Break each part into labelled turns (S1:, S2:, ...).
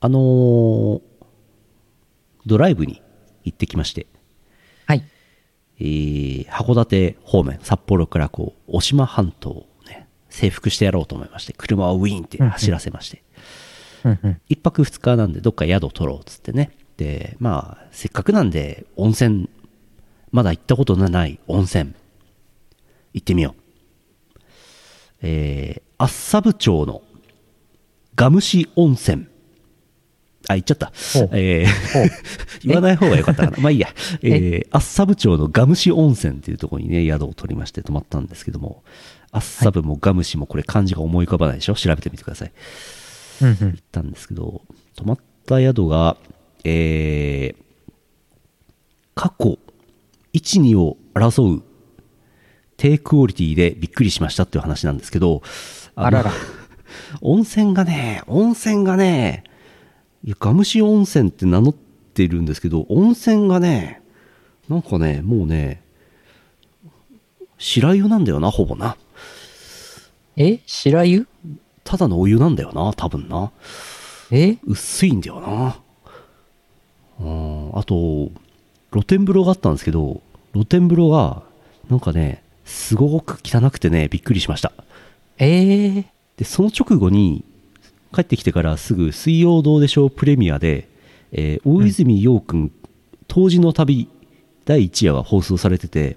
S1: あのードライブに行ってきまして、
S2: はい。
S1: えー函館方面、札幌からこう、渡島半島をね、征服してやろうと思いまして、車をウィーンって走らせまして、
S2: うんうん。
S1: 一泊二日なんでどっか宿を取ろうっつってね。で、まあ、せっかくなんで温泉、まだ行ったことのない温泉、行ってみよう。えー、厚沢部町のガムシ温泉。あ、言っちゃった
S2: ほう。
S1: え
S2: ほう
S1: ー、 言わない方がよかったかな。 まあいいや。えー、厚沢部町のガムシ温泉っていうところにね、宿を取りまして泊まったんですけども、厚沢部もガムシもこれ漢字が思い浮かばないでしょ調べてみてください。
S2: うんうん
S1: 行っ。たんですけど、泊まった宿が、えー、過去1、2を争う低クオリティでびっくりしましたっていう話なんですけど、の
S2: あらら。
S1: 温泉がね、温泉がね、いやガムシ温泉って名乗ってるんですけど、温泉がね、なんかね、もうね、白湯なんだよな、ほぼな。
S2: え白湯
S1: ただのお湯なんだよな、多分な。
S2: え
S1: 薄いんだよなうんあと露天風呂があったんですけど露天風呂がなんかねすごく汚くてねびっくりしました
S2: えー、
S1: でその直後に帰ってきてからすぐ「水曜どうでしょうプレミアで」えー大泉洋君当時の旅第1夜が放送されてて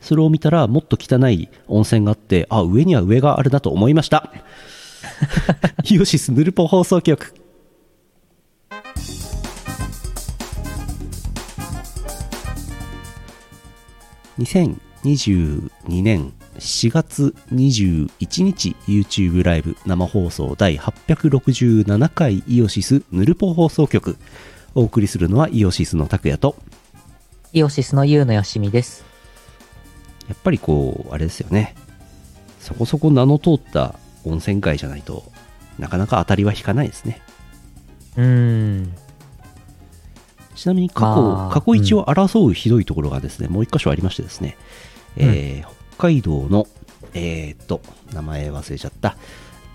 S1: それを見たらもっと汚い温泉があってあ上には上があるなと思いました イオシスヌルポ放送局2022年4月21日 YouTube ライブ生放送第867回イオシスヌルポ放送局お送りするのはイオシスの拓也と
S2: イオシスのユウのよしみです。
S1: やっぱりこうあれですよねそこそこ名の通った温泉街じゃないとなかなか当たりは引かないですね
S2: うーん。
S1: ちなみに過去、
S2: まあ
S1: 過去一を争うひどいところがですね、もう一箇所ありましてですね、えー北海道の、えーっと、名前忘れちゃった、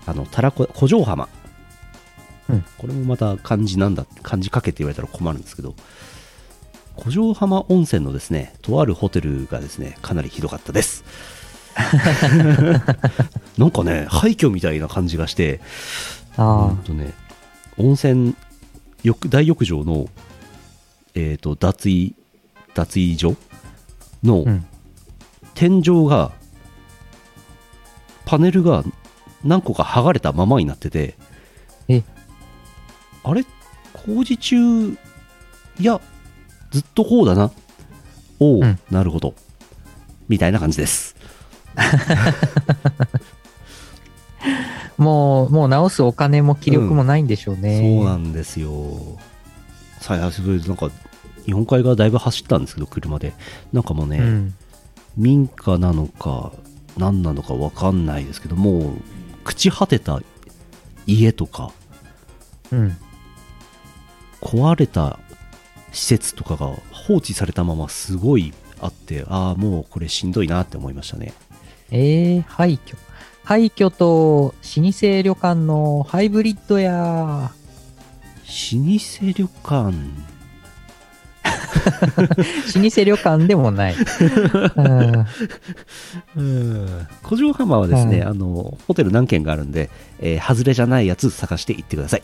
S1: あの、たらこ、古城浜。
S2: うん
S1: これもまた漢字なんだ、漢字書けって言われたら困るんですけど、古城浜温泉のですね、とあるホテルがですね、かなりひどかった です。なんかね、廃墟みたいな感じがして、う
S2: あ
S1: んとね、温泉浴大浴場の、えー、と脱衣脱衣所の
S2: あ。うん。
S1: 天井が、パネルが何個か剥がれたままになってて
S2: え
S1: あれ工事中いやずっとこうだなおお、
S2: うん
S1: なるほどみたいな感じです
S2: もう、もう直すお金も気力もないんでしょうね。
S1: そうなんんですよ。最初それでなんか日本海側だいぶ走ったんですけど車でなんかもうね、
S2: うん。
S1: 民家なのか何なのか分かんないですけどもう朽ち果てた家とか
S2: うん。
S1: 壊れた施設とかが放置されたまますごいあってああもうこれしんどいなって思いましたね
S2: えー、廃墟。廃墟と老舗旅館のハイブリッド
S1: 老
S2: や
S1: 舗旅館
S2: 老舗旅館でも ない。うん
S1: うん古城浜はですね、
S2: うん
S1: あのホテル何軒があるんで、えー、外れじゃないやつ探して行ってください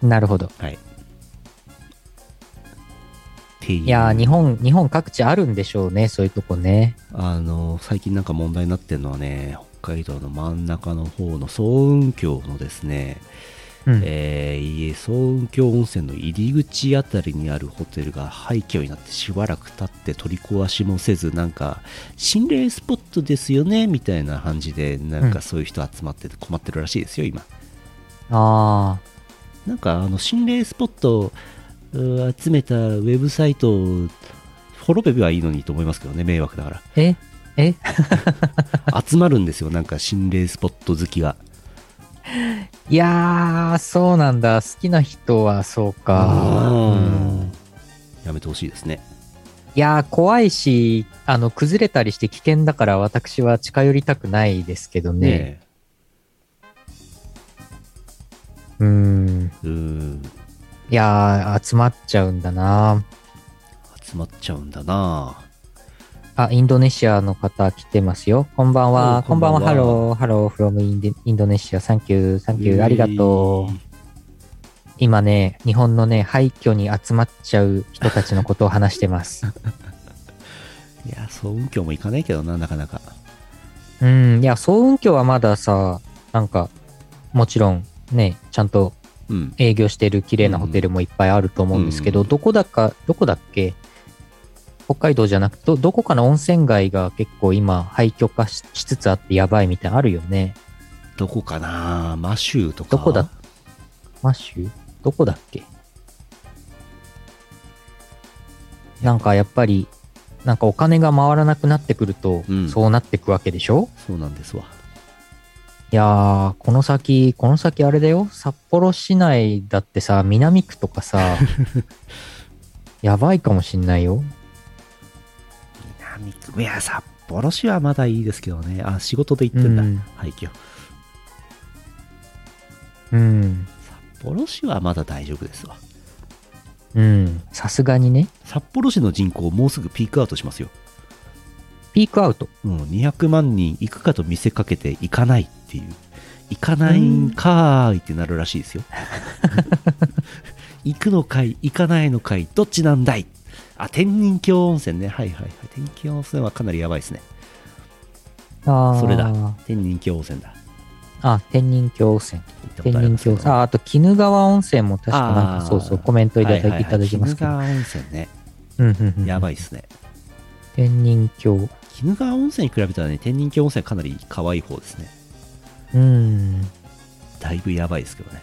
S2: なるほど。
S1: はい。っていう
S2: いやー日本、日本各地あるんでしょうね、そういうとこね。
S1: あの最近なんか問題になってるのはね北海道の真ん中の方の層雲峡のですね、
S2: うん
S1: えーいえ層雲峡温泉の入り口あたりにあるホテルが廃墟になってしばらく経って取り壊しもせずなんか心霊スポットですよねみたいな感じでなん
S2: う
S1: か
S2: ん
S1: そういう人集まってて困ってるらしいですよ今
S2: あ
S1: なんかあの心霊スポットをうん集めたウェブサイトを滅べばいいのにと思いますけどね迷惑だから
S2: あ。ええ
S1: 集まるんですよなんか心霊スポット好きが
S2: いやー、そうなんだ。好きな人はそうか。うん
S1: やめてほしいですね
S2: いやー、怖いし、あの、崩れたりして危険だから私は近寄りたくないですけどね。
S1: ね
S2: うーん。
S1: うん
S2: いやー、集まっちゃうんだな
S1: 集まっちゃうんだな
S2: あ、インドネシアの方来てますよ。こんばん
S1: お
S2: は。
S1: こ
S2: こ
S1: ん
S2: ん
S1: ば
S2: ば
S1: ん
S2: ん
S1: は
S2: は。ハロー、ハロー、フロムインデインドネシア。サンキュー、サンキュー、ありがとう。今ね、日本のね、廃墟に集まっちゃう人たちのことを話してます。
S1: ういや総運協もいかないけどななかなか
S2: うん、いや、総運協はまださ、なんか、もちろんね、ちゃんと
S1: うん
S2: 営業してる綺麗なホテルもいっぱいあると思うんですけど、
S1: うん
S2: どこだか、どこだっけ北海道じゃなくて、どどこかの温泉街が結構今廃墟化ししつつあってやばいみたいなのあるよね。
S1: どこかなマシューとか
S2: どこだマッシュどこだっけなんかやっぱり、なんかお金が回らなくなってくると、
S1: うん
S2: そうなってくわけでしょ
S1: そうなんですわ
S2: いやー、この先、この先あれだよ。札幌市内だってさ、南区と かさ、やばいかもしんないよ。
S1: 南区いや札幌市はまだいいですけどねあ仕事で行ってんだ、
S2: うん
S1: 廃墟
S2: うん。
S1: 札幌市はまだ大丈夫ですわ
S2: うん。さすがにね。
S1: 札幌市の人口もうすぐピークアウトしますよ
S2: ピークアウト。
S1: うん、200万人行くかと見せかけて行かないっていう行かないんかーいってなるらしい ですよ行くのかい行かないのかいどっちなんだいあ天人峡温泉ねはいはいはい天人峡温泉はかなりやばいですね
S2: あー
S1: それだ天人峡温泉だ
S2: あ、天人峡温泉。
S1: 行ったこ
S2: 天
S1: とあり
S2: 人
S1: ます
S2: 峡。あ、あと、鬼怒川温泉も確かなん
S1: あー
S2: か、そうそう、コメントいただ,、いただきま
S1: 鬼
S2: すけ
S1: 怒
S2: ど。
S1: 川温泉ね
S2: うんうんうん。
S1: やば
S2: い。
S1: いですね
S2: 天人峡。
S1: 鬼怒川温泉に比べたらね天人峡温泉かなり可愛い方ですね
S2: うん。
S1: だいぶやばいですけどね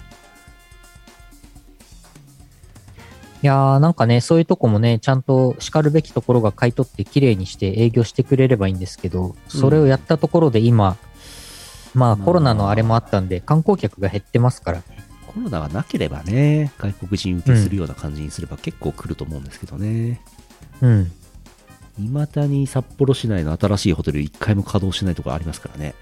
S2: いやー、なんかね、そういうとこもね、ちゃんと叱るべきところが買い取って綺麗にして営業してくれればいいんですけど、それをやったところで今、まあ
S1: まあ
S2: コロナのあれもあったんで、観光客が減ってますから。
S1: コロナがなければね、外国人受けするような感じにすれば結構来ると思うんですけどね。
S2: うん。
S1: いまだに札幌市内の新しいホテル一回も稼働しないところありますからね。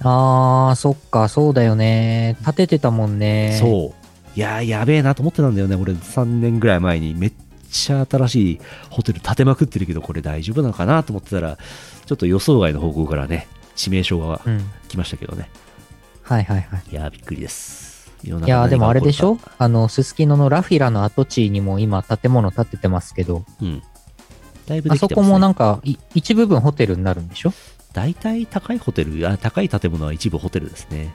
S2: あー、そっか、そうだよね。立ててたもんね。う。
S1: そう。いやー、やべえなと思ってたんだよね。俺3年ぐらい前にめっちゃ新しいホテル建てまくってるけど、これ大丈夫なのかなと思ってたら、ちょっと予想外の方向からね、致命傷が
S2: うん。
S1: 来ましたけどね。
S2: はいはいはい。
S1: いやー、びっくりです。いろんない
S2: やー、でもあれでしょ
S1: こ
S2: あの、すすきののラフィラの跡地にも今建物建ててますけど、
S1: とがうん。だいぶ
S2: あ
S1: できてます、
S2: そ
S1: ね、
S2: こもなんか、い一部分ホテルになるんでしょ
S1: 大体高いホテル、あ高い建物は一部ホテルですね。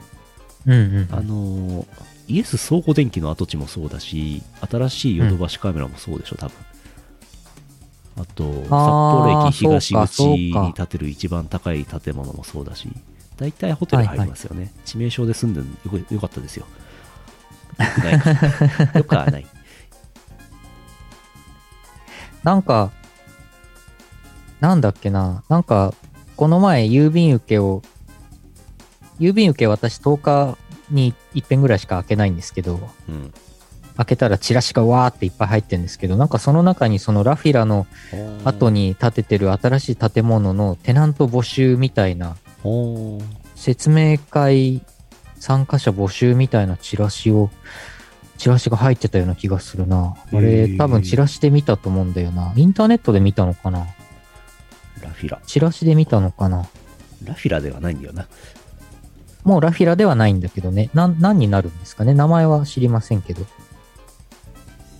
S2: うんうん。
S1: あのーイエス倉庫電気の跡地もそうだし、新しいヨドバシカメラもそうでしょ、多分。あと、札幌駅東口
S2: そうかそう
S1: に
S2: か
S1: 建てる一番高い建物もそうだし、大体ホテル入りますよね。致命傷で住んでるよよかったです よ。よくない。よくはない。
S2: なんか、なんだっけな、なんか、この前、郵便受けを、郵便受け私10日に一遍ぐらいしか開けないんですけど、
S1: うん。
S2: 開けたらチラシがわーっていっぱい入ってるんですけど、なんかその中にそのラフィラの後に建ててる新しい建物のテナント募集みたいな、
S1: ほー
S2: 説明会参加者募集みたいなチラシを、チラシが入ってたような気がするな。あ
S1: へ
S2: れ、
S1: ー
S2: 多分チラシで見たと思うんだよな。インターネットで見たのかな
S1: ラフィラ。
S2: チラシで見たのかな
S1: ラフィラではないんだよな。
S2: もうラフィラではないんだけどね。なん、何になるんですかね名前は知りませんけど。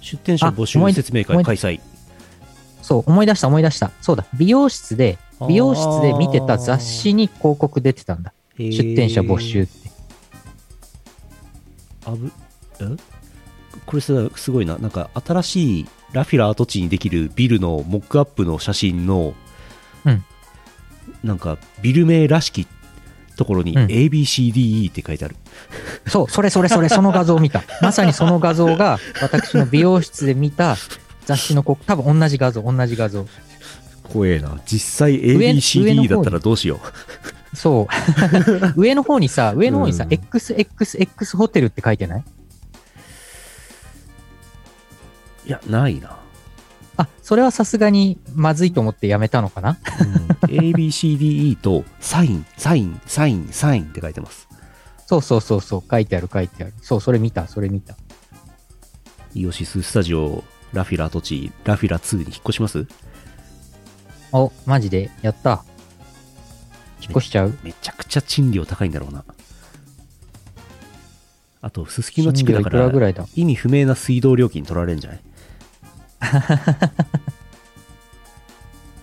S1: 出店者
S2: あ
S1: 募集
S2: 思い
S1: 説明
S2: 思
S1: 会
S2: い
S1: 開催。
S2: そう、思い出した思い出した。そうだ、美容室で、美容室で見てた雑誌に広告出てたんだ。
S1: 出
S2: 出店者募集って。
S1: あぶえこれさすごいななんか新しいラフィラ跡地にできるビルのモックアップの写真の、
S2: うん
S1: なんかビル名らしきところに
S2: うん
S1: ABCDE って書いてある、
S2: そう、それそれそれ、その画像を見た。 まさにその画像が、私の美容室で見た雑誌の広告、多分同じ画像、同じ画像。
S1: 怖えな実際
S2: 上
S1: ABCD
S2: 上の方に
S1: だったらどうしよ
S2: そう。 上の方にさ、上の方にさ、
S1: うん
S2: XXX ホテルって書いてないう
S1: いやないな、
S2: あ、それはさすがにまずいと思ってやめたのかな
S1: うん ABCDE とサインサインサインサインって書いてます
S2: そうそうそうそう、書いてある書いてある。そう、それ見た、それ見た。
S1: イオシススタジオラフィラ跡地ラフィラ2に引っ越します
S2: お、マジで、やった。引っ越しちゃう
S1: めちゃくちゃ賃料高いんだろうなあとすすきの地区だか
S2: 賃料いくらぐ
S1: ら
S2: らいだ
S1: 意味不明な水道料金取られるんじゃない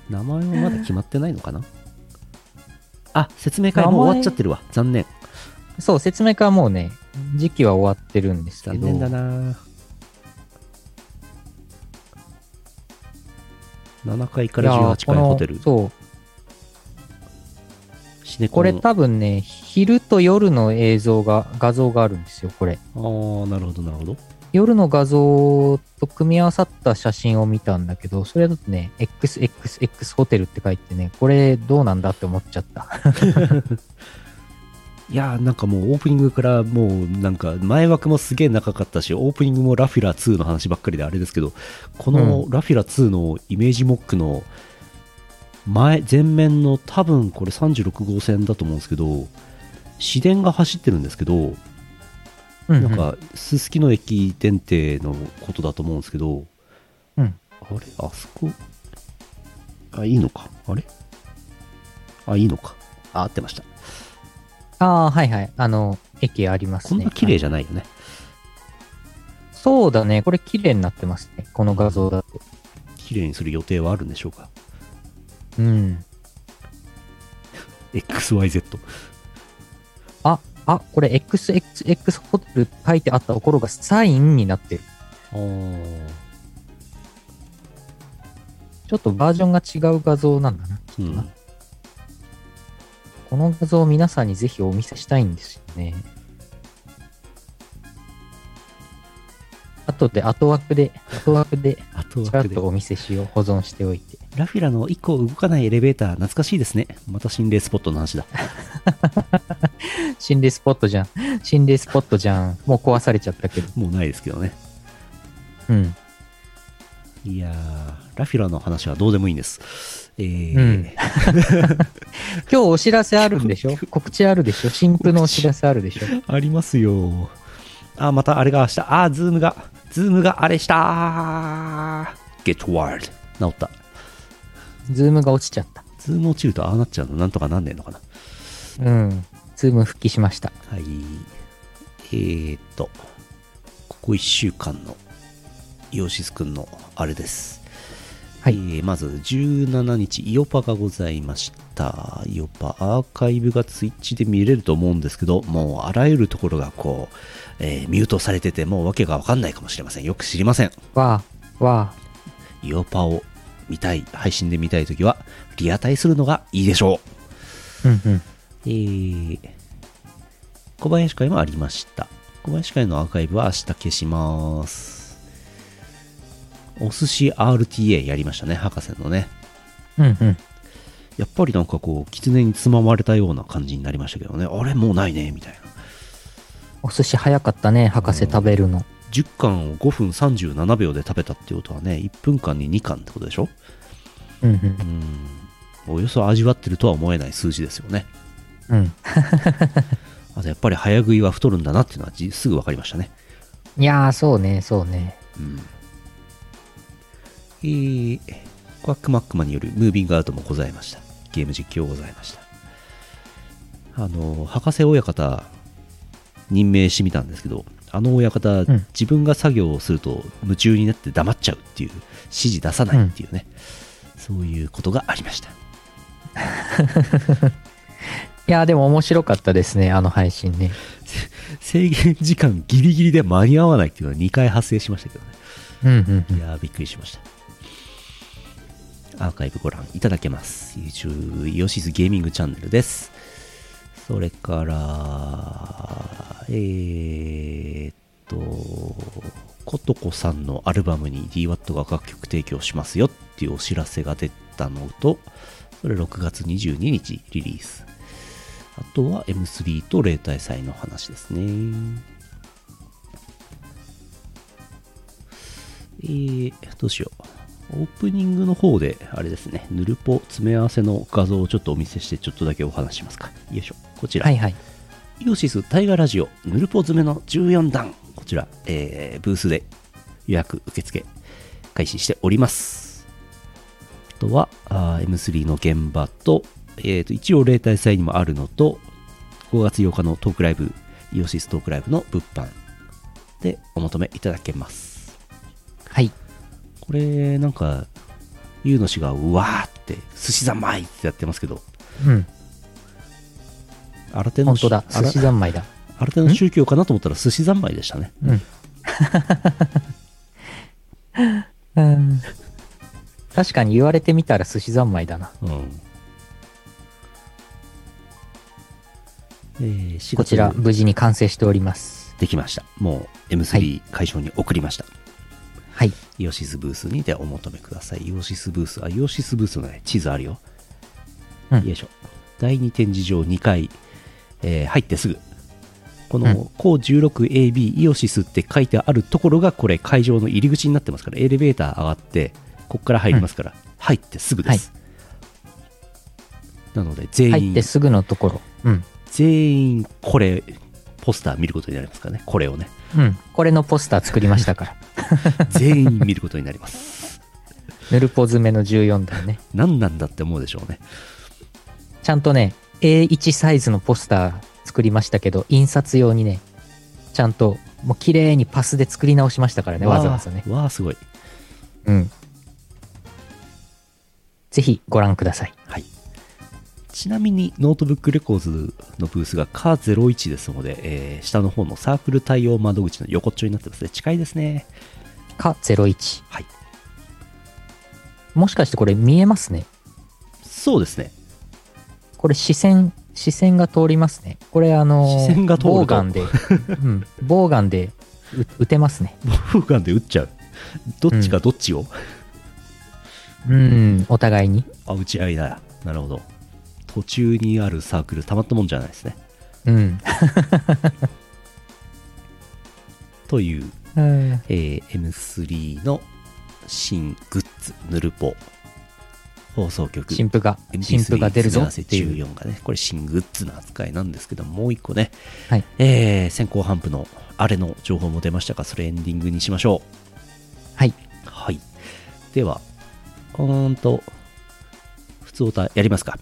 S1: 名前はまだ決まってないのかなあ説明会もう終わっちゃってるわ残念
S2: そう、説明会はもうね、時期は終わってるんですけ
S1: 残
S2: ど、
S1: 念だな7階から
S2: いや
S1: 18階のホテル
S2: このそう、
S1: シネコ
S2: こ
S1: ン
S2: れ多分ね、昼と夜の映像が、画像があるんですよ、これ。
S1: あーなるほどなるほど
S2: 夜の画像と組み合わさった写真を見たんだけど、それだとね、XXX ホテルって書いてね、これどうなんだって思っちゃった。
S1: いやーなんかもうオープニングからもうなんか前枠もすげえ長かったしオープニングもラフィラ2の話ばっかりであれですけどこのラフィラ2のイメージモックの前前面の多分これ36号線だと思うんですけど市電が走ってるんですけど
S2: うん、
S1: なん、かすすきの駅電停のことだと思うんですけど
S2: うん。
S1: あれあそこあいいのかあれあいいのかあ合ってました
S2: ああ、はいはい。あの、駅あります
S1: こん
S2: ね。
S1: な綺麗じゃないよね
S2: そうだね。これ綺麗になってますね。この画像だと。
S1: 綺麗にする予定はあるんでしょうか
S2: うん。
S1: XYZ
S2: あ、あ、これ XXX ホテルって書いてあったところがサインになってる。ちょっとバージョンが違う画像なんだな。
S1: うん、
S2: この画像を皆さんにぜひお見せしたいんですよね。後で、後枠で、後枠で、
S1: あと
S2: ち
S1: は
S2: らっとお見せしよう。保存しておいて。
S1: ラフィラの1個動かないエレベーター懐かしいですねまた心霊スポットの話だ
S2: 心霊スポットじゃん。心霊スポットじゃん。もう壊されちゃったけど。
S1: もうないですけどね
S2: うん。
S1: いやーラフィラの話はどうでもいいんですえー
S2: うん 今日お知らせあるんで しょ告知あるでしょ新婦のお知らせあるでしょ
S1: ありますよあまたあれが明日あーズームがズームがあれしたー Get wild 治った
S2: ズームが落ちちゃった。
S1: ズーム落ちるとああなっちゃうのなんとかなんねえのかな
S2: うん。ズーム復帰しました。
S1: はい。えー、っと、ここ1週間のイオシスくんのあれです。
S2: はい
S1: えーまず17日、イオパがございました。イオパアーカイブがツイッチで見れると思うんですけど、もうあらゆるところがこう、えーミュートされてて、もうわけがわかんないかもしれません。よく知りません。
S2: わあ、わあ。
S1: イオパを見たい、配信で見たいときは、リアタイするのがいいでしょう。
S2: うんうん。
S1: えー小林会もありました小林会のアーカイブは明日消しますお寿司 RTA やりましたね博士のね
S2: うんうん。
S1: やっぱりなんかこう狐につままれたような感じになりましたけどねあれもうないねみたいな
S2: お寿司早かったね、博士食べるの。
S1: 10巻を5分37秒で食べたってことはね1分間に2巻ってことでしょ
S2: うん
S1: うんおよそ味わってるとは思えない数字ですよね
S2: うん。うん。
S1: あとやっぱり早食いは太るんだなっていうのはじすぐ分かりましたね
S2: いやー、そうね、そうね。
S1: うんえー、コアックマックマによるムービングアウトもございました。ゲーム実況ございました。あの、博士親方、任命してみたんですけど、あの親方、
S2: ん
S1: 自分が作業をすると夢中になって黙っちゃうっていう、指示出さないっていうね、そういうことがありました。
S2: いやー、でも面白かったですね、あの配信ね。
S1: 制限時間ギリギリで間に合わないっていうのは2回発生しましたけどね。
S2: うんうん
S1: い
S2: うん。
S1: やーびっくりしました。アーカイブご覧いただけます。YouTube、イオシスゲーミングチャンネルです。それから、えー、っと、ことこさんのアルバムに DWAT が楽曲提供しますよっていうお知らせが出たのと、それ6月22日リリース。あとは M3 と例大祭の話ですね。えー、どうしよう。オープニングの方で、あれですね、ヌルポ詰め合わせの画像をちょっとお見せして、ちょっとだけお話しますか。よいしょ。こちら。
S2: はいはい。
S1: イオシス大河ラジオヌルポ詰めの14弾こちら、えーブースで予約受付開始しておりますあとはあー M3 の現場と,、えーと一応例大祭にもあるのと5月8日のトークライブイオシストークライブの物販でお求めいただけます
S2: はい。
S1: これなんかゆうの氏がうわーって寿司三昧ってやってますけど
S2: うん。
S1: 新手の
S2: 本当だ。
S1: 新
S2: 寿司三昧だ。
S1: 新手の宗教かなと思ったら寿司三昧でしたね
S2: うん。うん 確かに言われてみたら寿司三昧だな。
S1: うんえー、4月
S2: こちら、無事に完成しております。
S1: できましたもう M3 会場に送りました、
S2: はい。
S1: イオシスブースにてお求めくださいイオシスブースあイオシスブースのね地図あるよ、
S2: うん
S1: よいしょ第2展示場2階、えー入ってすぐこ
S2: うん
S1: の COO16AB イオシスって書いてあるところがこれ会場の入り口になってますからエレベーター上がってこっから入りますから、入ってすぐです、なので全員
S2: 入ってすぐのところ。うん。
S1: 全員これポスター見ることになりますからねこれをね
S2: うん。これのポスター作りました から。
S1: 全員見ることになり ます
S2: ぬるぽ詰めの14だね。
S1: 何なんだって思うでしょうね
S2: ちゃんとね、A1 サイズのポスター作りましたけど、印刷用にね、ちゃんと、もう綺麗にパスで作り直しましたからね、わざわざね。
S1: あわあすごい
S2: うん。ぜひご覧ください。
S1: はいちなみにノートブックレコーズのブースがカー01ですので、えー下の方のサークル対応窓口の横っちょになってますね近いですね
S2: か01。
S1: はい
S2: もしかしてこれ見えますね。
S1: そうですね
S2: これ視線、視線が通りますね。これあのー
S1: 視線が通ると
S2: ボウガンで、うん、ボウガンでう撃てますね。
S1: 防風眼で打っちゃうどっちがどっちを、
S2: うん、お互いに。
S1: あ打ち合いだなるほど途中にあるサークルたまったもんじゃないですね
S2: うん。
S1: という
S2: うん
S1: えー M3 の新グッズヌルポ放送局
S2: 新婦が、新婦
S1: MP3
S2: が出るぞって
S1: 詰め
S2: いう。
S1: 合わせ14がねこれ新グッズの扱いなんですけどもう一個ね、
S2: はい
S1: えー先行販布のあれの情報も出ましたがそれエンディングにしましょ
S2: はい。
S1: うはいではうーんと普通オタやりますか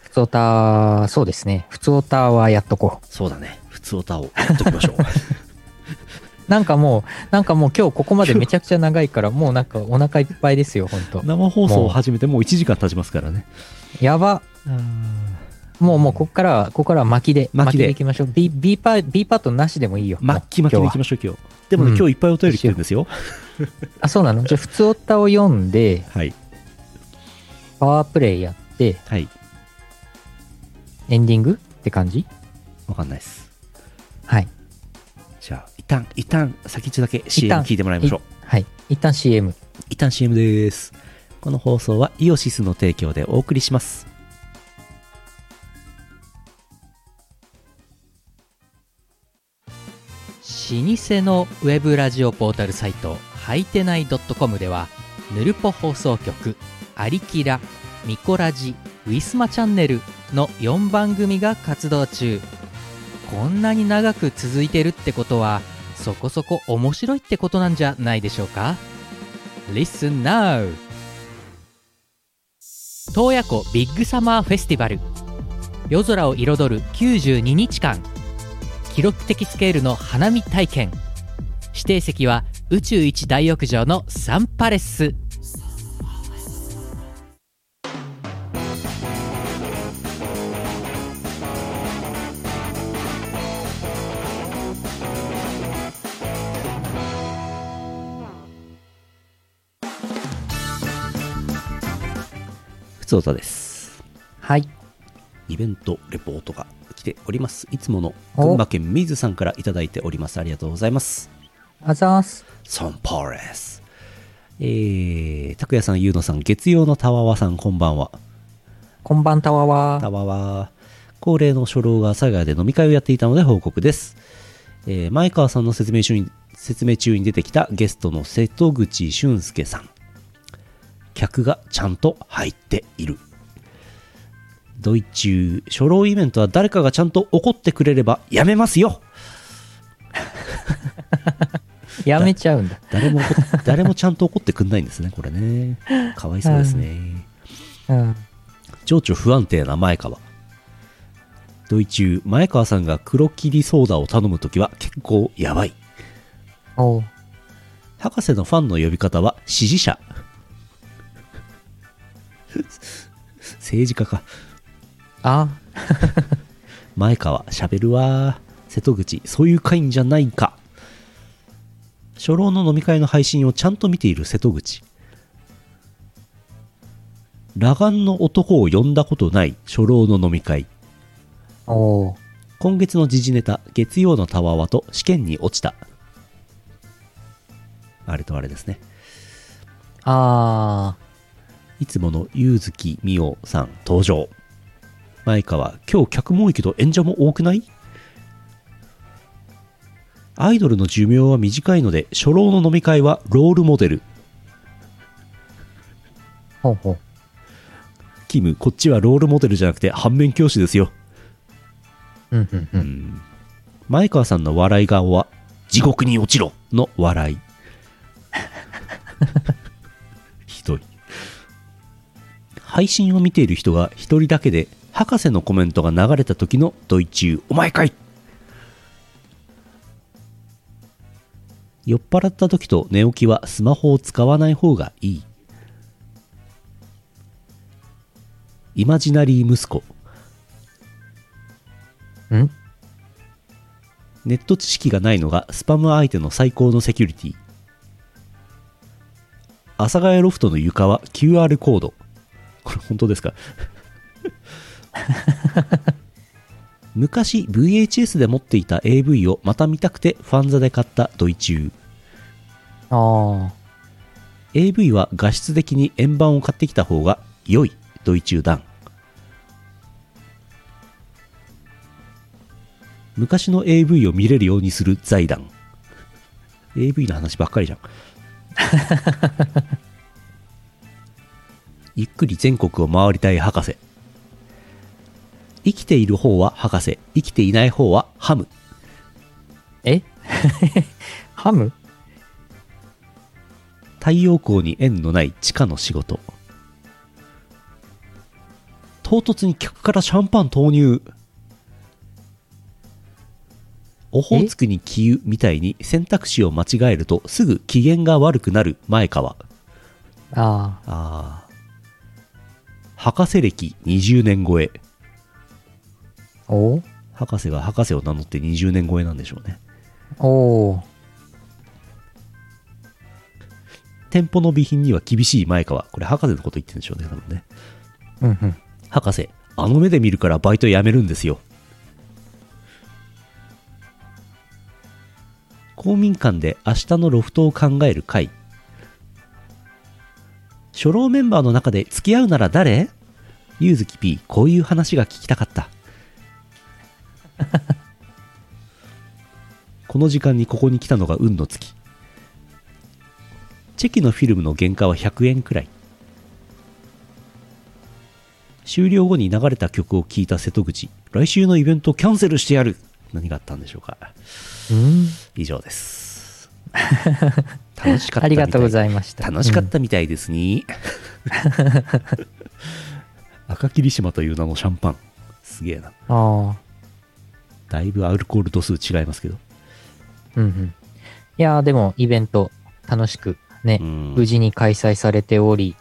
S2: 普通オタ、そうですね。普通オタはやっとこ
S1: そうだね普通オタをやっときましょ う
S2: う。なんかもう、なんかもう今日ここまでめちゃくちゃ長いから、もうなんかお腹いっぱいですよ、ほんと。
S1: 生放送を始めてもう1時間経ちますからね
S2: やば。もうもうここからは、ここからは巻きで、
S1: 巻きで
S2: いきましょう。B, B パ B パートなしでもいいよ。
S1: マッキマキでいき
S2: ま
S1: ましょう今日でもね、
S2: うん
S1: 今日いっぱいお便り来てるんですよ
S2: あ、そうなのじゃあ、普通オタを読んで、
S1: はい
S2: パワープレイやって、
S1: はい
S2: エンディングって感じ
S1: わかんないです
S2: はい。
S1: じゃあ一旦一旦先っちょだけ CM 聞いてもらいましょう
S2: はい。一旦 CM。
S1: 一旦 CM ですこの放送はイオシスの提供でお送りします
S2: 老舗のウェブラジオポータルサイトはいてない .com ではぬるぽ放送局「アリキラ」「ミコラジ」「ウィスマチャンネル」の4番組が活動中こんなに長く続いてるってことはそこそこ面白いってことなんじゃないでしょうか Listen now! 洞爺湖ビッグサマーフェスティバル夜空を彩る92日間記録的スケールの花見体験指定席は宇宙一大浴場のサンパレス
S1: ふつおたです
S2: はい
S1: イベントレポートが来ておりますいつもの
S2: お
S1: 群馬県水さんからいただいておりますありがとうございます
S2: あざーす
S1: サンパレスえー、拓也さん、ゆうのさん、月曜のたわわさん、こんばんは。
S2: こんばんたわ
S1: タ
S2: わ
S1: ワーは恒例の初老が佐賀で飲み会をやっていたので報告です、えー前川さんの説明中に説明中に出てきたゲストの瀬戸口俊介さん客がちゃんと入っているドイチュー初老イベントは誰かがちゃんと怒ってくれればやめますよ
S2: やめちゃうんだ。
S1: 誰も怒っ 誰もちゃんと怒ってくんないんですねこれねかわいそうですね、
S2: うん。
S1: 情緒不安定な前川ドイチュー前川さんが黒切りソーダを頼むときは結構やばい
S2: おう
S1: 博士のファンの呼び方は支持者政治家か
S2: あ、
S1: 前川しゃべるわ瀬戸口そういう会んじゃないか初老の飲み会の配信をちゃんと見ている瀬戸口裸眼の男を呼んだことない初老の飲み会
S2: おう
S1: 今月の時事ネタ月曜のたわわと試験に落ちたあれとあれですね
S2: あ
S1: いつものゆうずきみおさん登場前川今日客も多いけど演者も多くないアイドルの寿命は短いので初老の飲み会はロールモデル
S2: ー、ほうほう。
S1: キムこっちはロールモデルじゃなくて反面教師ですよ
S2: うんうんうん。
S1: 前川さんの笑い顔は地獄に落ちろの笑いひどい配信を見ている人が一人だけで博士のコメントが流れた時のドイチューお前かい酔っ払った時と寝起きはスマホを使わない方がいいイマジナリー息子
S2: ん
S1: ネット知識がないのがスパム相手の最高のセキュリティ阿佐ヶ谷ロフトの床は QR コードこれ本当ですか 昔 VHS で持っていた AV をまた見たくてファンザで買ったドイチュー
S2: あ
S1: AV は画質的に円盤を買ってきた方が良いドイチューダン昔の AV を見れるようにする財団 AV の話ばっかりじゃん ゆっくり全国を回りたい博士生きている方は博士生きていない方はハム
S2: あ。え ハム
S1: 太陽光に縁のない地下の仕事唐突に客からシャンパン投入オホーツクに気湯みたいに選択肢を間違えるとすぐ機嫌が悪くなる前川
S2: あ
S1: あー博士歴20年超え
S2: あ。おう
S1: 博士が博士を名乗って20年超えなんでしょうね
S2: おう
S1: 店舗の備品には厳しい前川これ博士のこと言ってるんでしょうね多分ね
S2: うんうん。
S1: 博士あの目で見るからバイト辞めるんですよ公民館で明日のロフトを考える会初老メンバーの中で付き合うなら誰ゆうずき P こういう話が聞きたかった この時間にここに来たのが運の月チェキのフィルムの原価は100円くらい終了後に流れた曲を聴いた瀬戸口来週のイベントキャンセルしてやる何があったんでしょうか
S2: うん。
S1: 以上です楽しかったみたい
S2: ありがとうございました。
S1: 楽しかっ
S2: うん
S1: たみたいですね、赤霧島という名のシャンパンすげえな
S2: ああ。
S1: だいぶアルコール度数違いますけど
S2: うんうん。いやーでも、イベント、楽しくね、
S1: うん
S2: 無事に開催されており、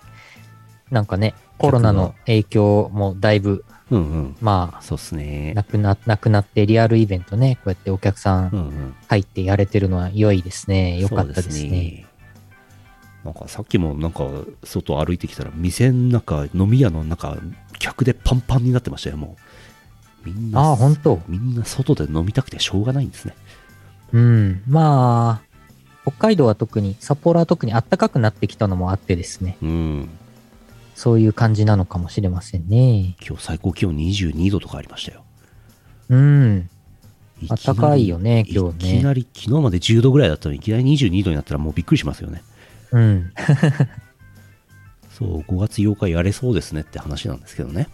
S2: なんかね、コロナの影響もだいぶ、
S1: うんうん
S2: ま
S1: そうっす
S2: あ、
S1: ね
S2: なくな、なくなって、リアルイベントね、こうやってお客さ
S1: うん
S2: ん
S1: うん
S2: 入ってやれてるのは良いですね。良かったです
S1: そう
S2: ね。
S1: なんかさっきもなんか外歩いてきたら店の中飲み屋の中客でパンパンになってましたよもうみんな
S2: ああ、本当
S1: みんな外で飲みたくてしょうがないんですね
S2: うん。まあ、北海道は特に、札幌は特に暖かくなってきたのもあってですね、
S1: うん
S2: そういう感じなのかもしれませんね。
S1: 今日最高気温22度とかありましたよ
S2: うん。
S1: いきなり
S2: 暖かいよね、今
S1: い
S2: 日
S1: き
S2: ね。
S1: なり昨日まで10度ぐらいだったのにいきなり22度になったらもうびっくりしますよね
S2: うん。
S1: そう5月8日やれそうですねって話なんですけどね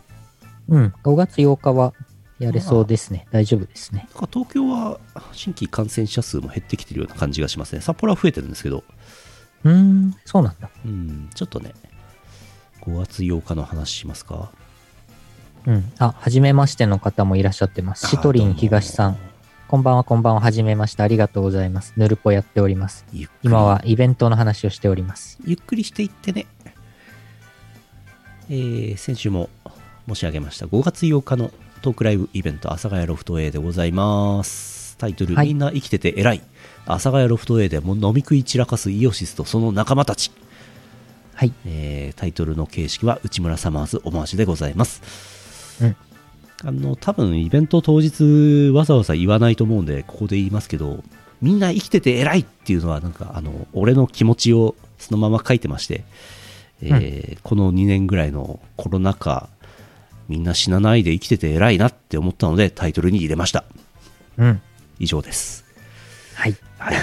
S2: うん、5月8日はやれそうですね。大丈夫ですね。
S1: なんか東京は新規感染者数も減ってきてるような感じがしますね。札幌は増えてるんですけど、
S2: うーん、そうなんだ。
S1: うん、ちょっとね、5月8日の話しますか。
S2: うん。あ、はじめましての方もいらっしゃってます。シトリン東さ
S1: あ
S2: ん。。こんばんは、こんばんは。はじめまして。ありがとうございます。ぬるぽやっております。
S1: どうもゆっくり
S2: 今はイベントの話をしております。
S1: ゆっくりしていってね。えー先週も申し上げました5月8日のトークライブイベント阿佐ヶ谷ロフト A でございますタイトル、
S2: はい
S1: みんな生きてて偉い阿佐ヶ谷ロフト A でも飲み食い散らかすイオシスとその仲間たち、
S2: はい。
S1: えータイトルの形式は内村サマーズオマージュでございます
S2: うん。
S1: あの多分イベント当日わざわざ言わないと思うんでここで言いますけどみんな生きてて偉いっていうのはなんかあの俺の気持ちをそのまま書いてまして、えーこの2年ぐらいのコロナ禍みんな死なないで生きてて偉いなって思ったのでタイトルに入れました
S2: うん。
S1: 以上です
S2: はい。
S1: はい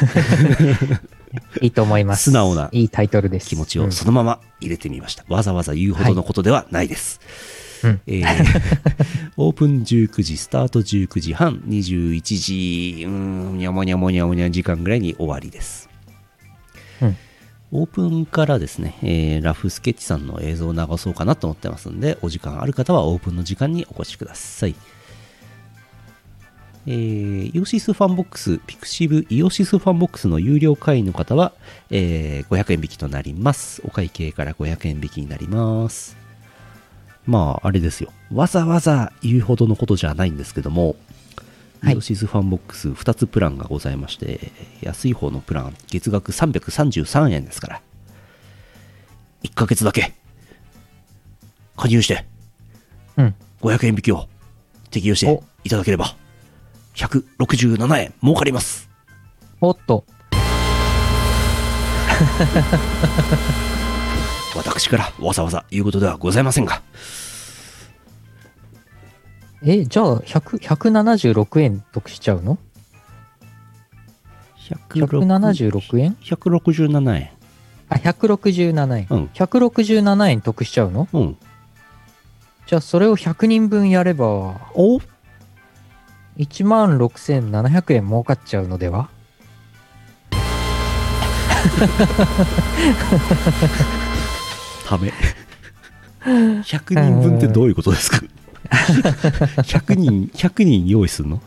S2: いいと思います。
S1: 素直ない
S2: いタイトルです。
S1: 気持ち
S2: う
S1: を
S2: ん
S1: そのまま入れてみました、わざわざ言うほどのことではないです、
S2: うん
S1: えー オープン19時、スタート19時半、21時、うーん、にゃもにゃもにゃもにゃ時間ぐらいに終わりです。
S2: うん
S1: オープンからですね、えーラフスケッチさんの映像を流そうかなと思ってますんで、お時間ある方はオープンの時間にお越しください。えーイオシスファンボックス、ピクシブイオシスファンボックスの有料会員の方は、えー500円引きとなります。お会計から500円引きになります。まあ、あれですよ。わざわざ言うほどのことじゃないんですけども、
S2: は
S1: イ
S2: い
S1: オシスファンボックス2つプランがございまして、安い方のプラン、月額333円ですから、1ヶ月だけ、加入して、
S2: うん。
S1: 500円引きを適用していただければ、167円儲かります。
S2: おっと。
S1: 私からわざわざ言うことではございませんが、
S2: え、じゃあ、100 176円得しちゃうの ?176 円
S1: 167円。
S2: あ、167円。
S1: うん
S2: 167円得しちゃうの
S1: うん。
S2: じゃあ、それを100人分やれば、
S1: お
S2: 1万6700円儲かっちゃうのでは
S1: た め。100人分ってどういうこと ですか ?100 人、100人用意するの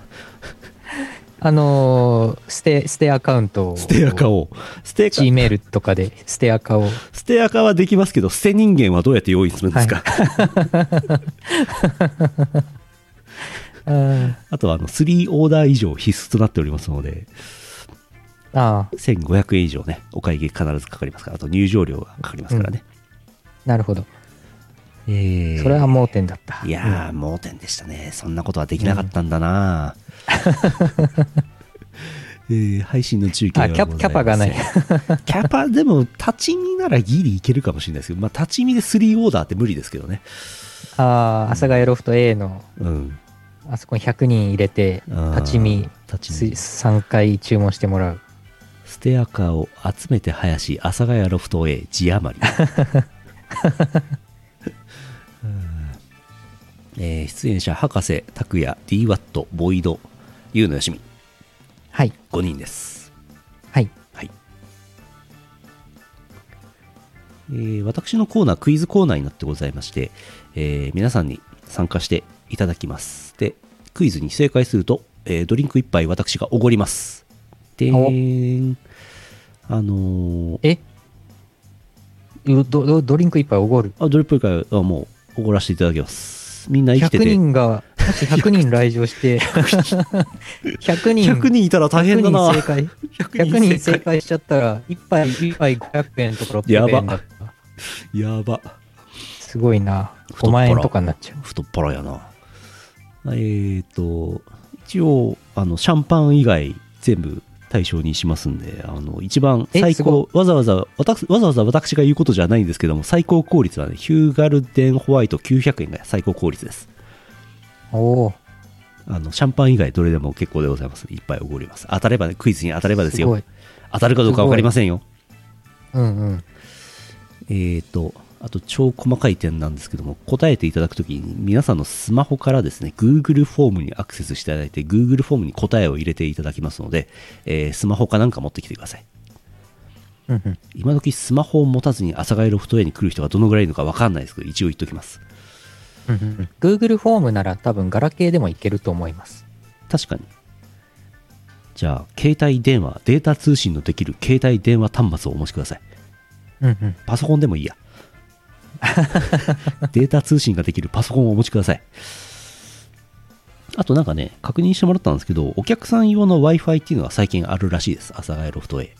S2: あのーステ、ステアカウントを。
S1: ステアカ。を。ステアカ、
S2: Gmail とかで、ステアカを。
S1: ステアカはできますけど、ステ人間はどうやって用意するんですか、
S2: うん
S1: あとはあの3オーダー以上必須となっておりますので、
S2: ああ、
S1: 1500円以上ね、お会計必ずかかりますから、あと入場料がかかりますからね。
S2: なるほど。
S1: えー
S2: それは盲点だった。
S1: いやー、盲点でしたね。そんなことはできなかったんだな、 えー配信の中継は
S2: あキャ
S1: ございません
S2: キャパがな い
S1: キャパ、でも、立ち見ならギリいけるかもしれないですけど、まあ、立ち見で3オーダーって無理ですけどね。
S2: ああ、阿佐ヶ谷ロフト A の、
S1: うん。
S2: あそこに100人入れて、
S1: あー
S2: 立ち見、
S1: 立ち見。
S2: 3回注文してもらう。
S1: ステアカーを集めて林阿佐ヶ谷ロフトへ字余り、うんえー出演者博士拓也 DWAT ボイド優のよしみ
S2: はい。
S1: 5人です、
S2: はい。
S1: はいえー私のコーナークイズコーナーになってございまして、えー皆さんに参加していただきますでクイズに正解すると、えードリンク1杯私がおごりますでーんあのー
S2: えうどどドリンク一杯おごる。
S1: あドリップ会はもうおごらせていただきますみんな生きて
S2: 100
S1: て
S2: 人が、もし100人来 場して、100人、
S1: 100人いたら大変だな
S2: 100人正解。
S1: 100
S2: 100人正解しちゃったら、1杯、1杯500円とか
S1: や
S2: 600
S1: ば
S2: 円だった。
S1: やば
S2: すごいな。
S1: 太っ腹
S2: 5万円とかになっちゃう。
S1: 太っ腹やなえー、と一応あのシャンパン以外全部対象にしますんであの一番
S2: え
S1: 最
S2: すご
S1: 高わざわざ私わざわざ私が言うことじゃないんですけども最高効率はねヒューガルデンホワイト900円が最高効率です
S2: おお、
S1: あのシャンパン以外どれでも結構でございますいっぱいおごります当たればねクイズに当たればです
S2: すご
S1: よ
S2: い。
S1: 当たるかどうか分かりませんよ
S2: うんうん。
S1: えー、と、あと超細かい点なんですけども答えていただくときに皆さんのスマホからですね Google フォームにアクセスしていただいて Google フォームに答えを入れていただきますので、えースマホかなんか持ってきてください
S2: うんうん。
S1: 今時スマホを持たずに朝帰りロフトウェアに来る人がどのぐらいいるのか分かんないですけど一応言っときます
S2: うんうんうん Google フォームなら多分ガラケーでもいけると思います。
S1: 確かにじゃあ携帯電話データ通信のできる携帯電話端末をお持ちください
S2: うんうん。
S1: パソコンでもいいやデータ通信ができるパソコンをお持ちくださいあとなんかね確認してもらったんですけどお客さん用の w i f i っていうのが最近あるらしいです朝ヶ谷ロフトへ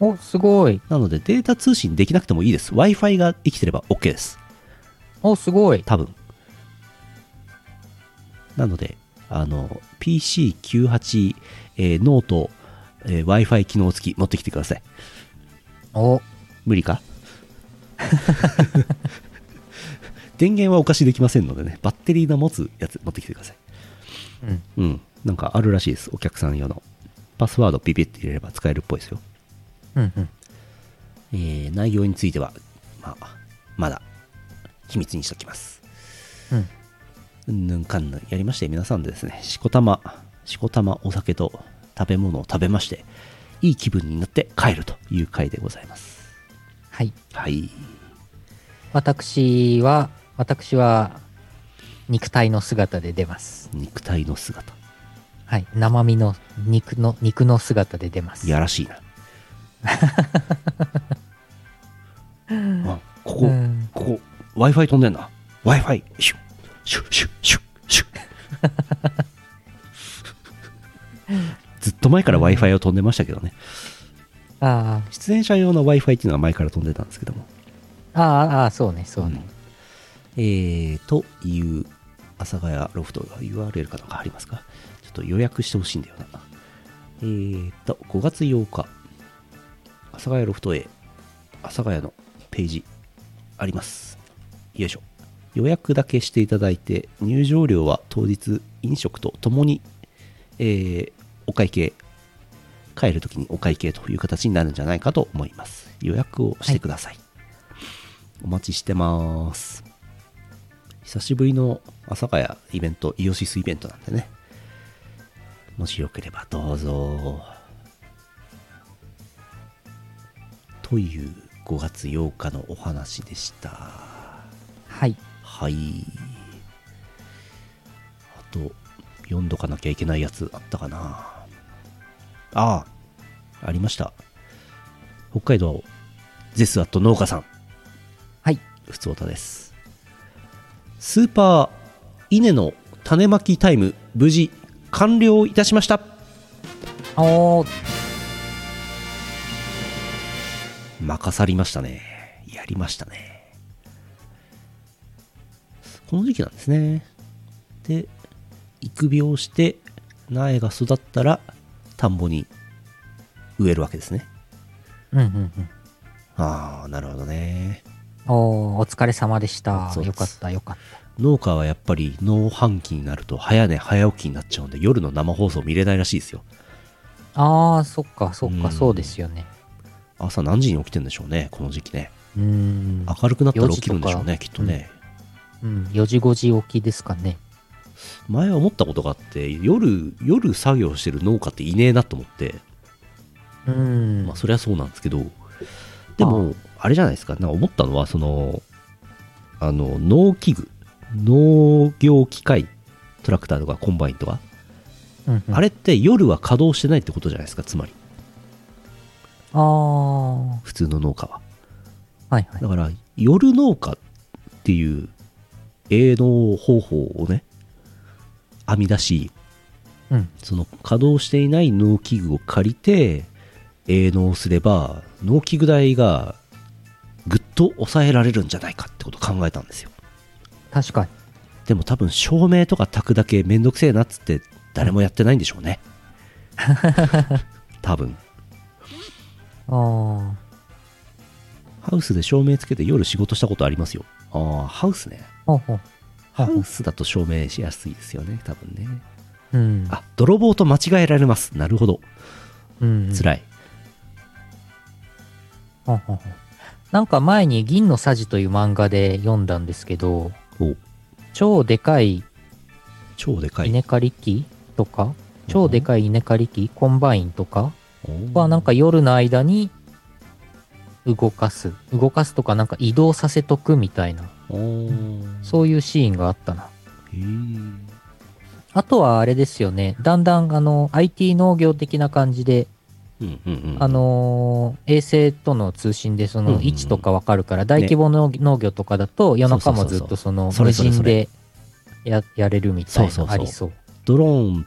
S2: お、すごい。
S1: なのでデータ通信できなくてもいいです w i f i が生きてれば OK です
S2: お、すごい。
S1: 多分なのであの PC98、えーノート、え w i f i 機能付き持ってきてください
S2: お、
S1: 無理か電源はお貸しできませんのでねバッテリーの持つやつ持ってきてください
S2: うん。
S1: うんなんかあるらしいですお客さん用のパスワードピピって入れれば使えるっぽいですよ、
S2: うんうん。
S1: えー内容については、まあ、まだ秘密にしときます
S2: うん。
S1: うんぬんかんぬんやりまして皆さんでですねしこたましこたまお酒と食べ物を食べましていい気分になって帰るという回でございます
S2: はい。
S1: はい
S2: 私は、私は、肉体の姿で出ます。
S1: 肉体の姿
S2: はい。生身の肉の、肉の姿で出ます。
S1: やら しいなあここ、
S2: うん
S1: ここ w i f i 飛んでんな w i f i シュッシュッシュッシュッ シュッずっと前から w i f i を飛んでましたけどね
S2: あ
S1: 出演者用の w i f i っていうのは前から飛んでたんですけども
S2: あ、ああ、ああ、そうね、そうね。
S1: えー、という、阿佐ヶ谷ロフトが URL かなんかありますかちょっと予約してほしいんだよな。えーと、5月8日、阿佐ヶ谷ロフトへ、阿佐ヶ谷のページあります。よいしょ。予約だけしていただいて、入場料は当日飲食とともに、えーお会計、帰るときにお会計という形になるんじゃないかと思います。予約をしてくださいお待ちしてます。久しぶりの阿佐ヶ谷イベント、イオシスイベントなんでね。もしよければどうぞ。という5月8日のお話でした。
S2: はい。
S1: はい。あと、読んどかなきゃいけないやつあったかな。ああ、ありました。北海道、ゼスアット農家さん。
S2: はい。
S1: ふつおたですスーパー稲の種まきタイム無事完了いたしました
S2: おー、
S1: 任さりましたねやりましたねこの時期なんですねで育苗して苗が育ったら田んぼに植えるわけですね
S2: うんうんうん。
S1: ああなるほどね
S2: おー、お疲れ様でした。
S1: そうです
S2: よかった、よかった。
S1: 農家はやっぱり農繁期になると早寝早起きになっちゃうんで夜の生放送見れないらしいですよ
S2: ああ、そっか、そっ
S1: う
S2: か、
S1: ん
S2: そうですよね。
S1: 朝何時に起きてんでしょうねこの時期ね
S2: うーん。
S1: 明るくなったら
S2: 4
S1: 起きるんでしょうね
S2: 時
S1: きっとね、
S2: うん、4時5時起きですかね。
S1: 前思ったことがあって夜夜作業してる農家っていねえなと思って
S2: うん。
S1: まあそりゃそうなんですけどでもあれじゃないですかなんか思ったのはそのあの農機具農業機械トラクターとかコンバインとか、
S2: うんうん
S1: あれって夜は稼働してないってことじゃないですかつまり
S2: ああ、は
S1: 普通の農家はい
S2: はい。
S1: だから夜農家っていう営農方法をね編み出し
S2: うん。
S1: その稼働していない農機具を借りて営農すれば農機具代がぐっと抑えられるんじゃないかってことを考えたんですよ
S2: 確かに。
S1: でも多分照明とか炊くだけめんどくせえなっつって誰もやってないんでしょう ね多分
S2: ああ、
S1: ハウスで照明つけて夜仕事したことありますよああハウスね
S2: ほうほう。
S1: ハウスだと照明しやすいですよね多分ね
S2: うん。
S1: あ泥棒と間違えられますなるほど
S2: うん。
S1: 辛い、
S2: ほうほうほうなんか前に銀のさじという漫画で読んだんですけど、
S1: お
S2: 超でかい
S1: 超でかい。
S2: 稲刈り機とか、超でかい稲刈り機、コンバインとか
S1: お
S2: はなんか夜の間に動かす。動かすとかなんか移動させとくみたいな、
S1: お
S2: そういうシーンがあったな。
S1: へー
S2: あとはあれですよね、だんだんあの IT 農業的な感じで、
S1: うんうんうん。
S2: あのー衛星との通信でそ
S1: うんうん
S2: の
S1: うん
S2: 位置とかわかるから、大規模農農業とかだと夜中もずっとその
S1: そうそ
S2: 無
S1: うそうそうそ
S2: 人
S1: れそれ
S2: でややれるみたい
S1: そうそう
S2: な
S1: そう
S2: ありそう。
S1: ドローン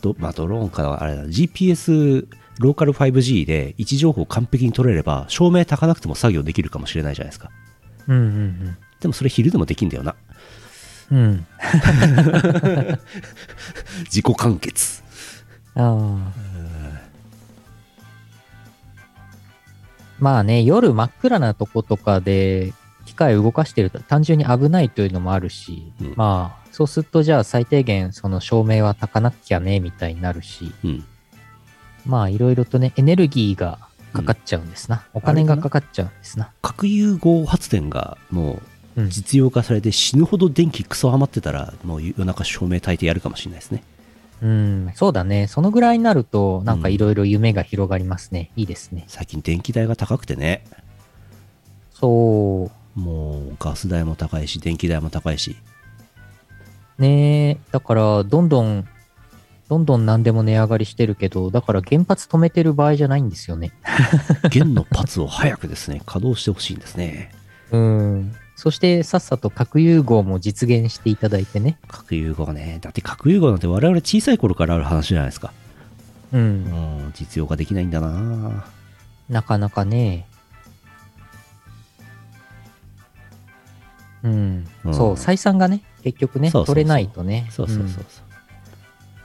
S1: と、まあドローンからはあれだな、GPS ローカル 5G で位置情報を完璧に取れれば、照明炊かなくても作業できるかもしれないじゃないですか。
S2: うんうん
S1: でもそれ昼でもできんだよな。
S2: うん。うん。
S1: 自己完結。
S2: ああ。まあね、夜真っ暗なとことかで機械を動かしてると単純に危ないというのもあるし、
S1: うん
S2: まあ、そうするとじゃあ最低限その照明は炊かなきゃね、みたいになるし、
S1: うん。
S2: まあいろいろとね、エネルギーがかかっちゃうんですな。お金がかかっちゃうんですな。
S1: 核融合発電がも
S2: う。
S1: うん実用化されて死ぬほど電気クソ余ってたら、もう夜中照明炊いてやるかもしれないですね。
S2: うん、そうだね。そのぐらいになると、なんかいろいろ夢が広がりますね。いいですね。
S1: 最近電気代が高くてね。
S2: そう。
S1: もうガス代も高いし、電気代も高いし。
S2: ねえ、だから、どんどん、どんどん何でも値上がりしてるけど、だから原発止めてる場合じゃないんですよね。
S1: 弦のパツを早くです ね、稼働してほしいんですね。
S2: うん。そして、さっさと核融合も実現していただいてね。
S1: 核融合ね。だって核融合なんて我々小さい頃からある話じゃないですか。
S2: う。
S1: うんん、実用化できないんだな
S2: なかなかね。うん。
S1: うん
S2: そう、採算がね、結局ね、
S1: そうそうそう
S2: 取れないとね。
S1: そうそうそうそう
S2: う。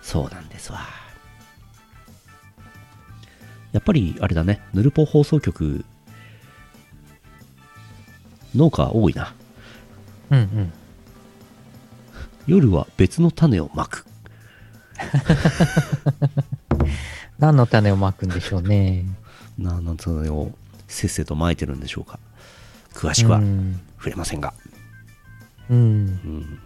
S1: そうなんですわ。やっぱりあれだね、ヌルポ放送局、農家多いな。
S2: ん。うんうん。
S1: 夜は別の種をまく。
S2: 何の種をまくんでしょうね。
S1: ななんつうのをせっせとまいてるんでしょうか。詳しくは
S2: うん。
S1: 触れませんが。
S2: うん。
S1: うん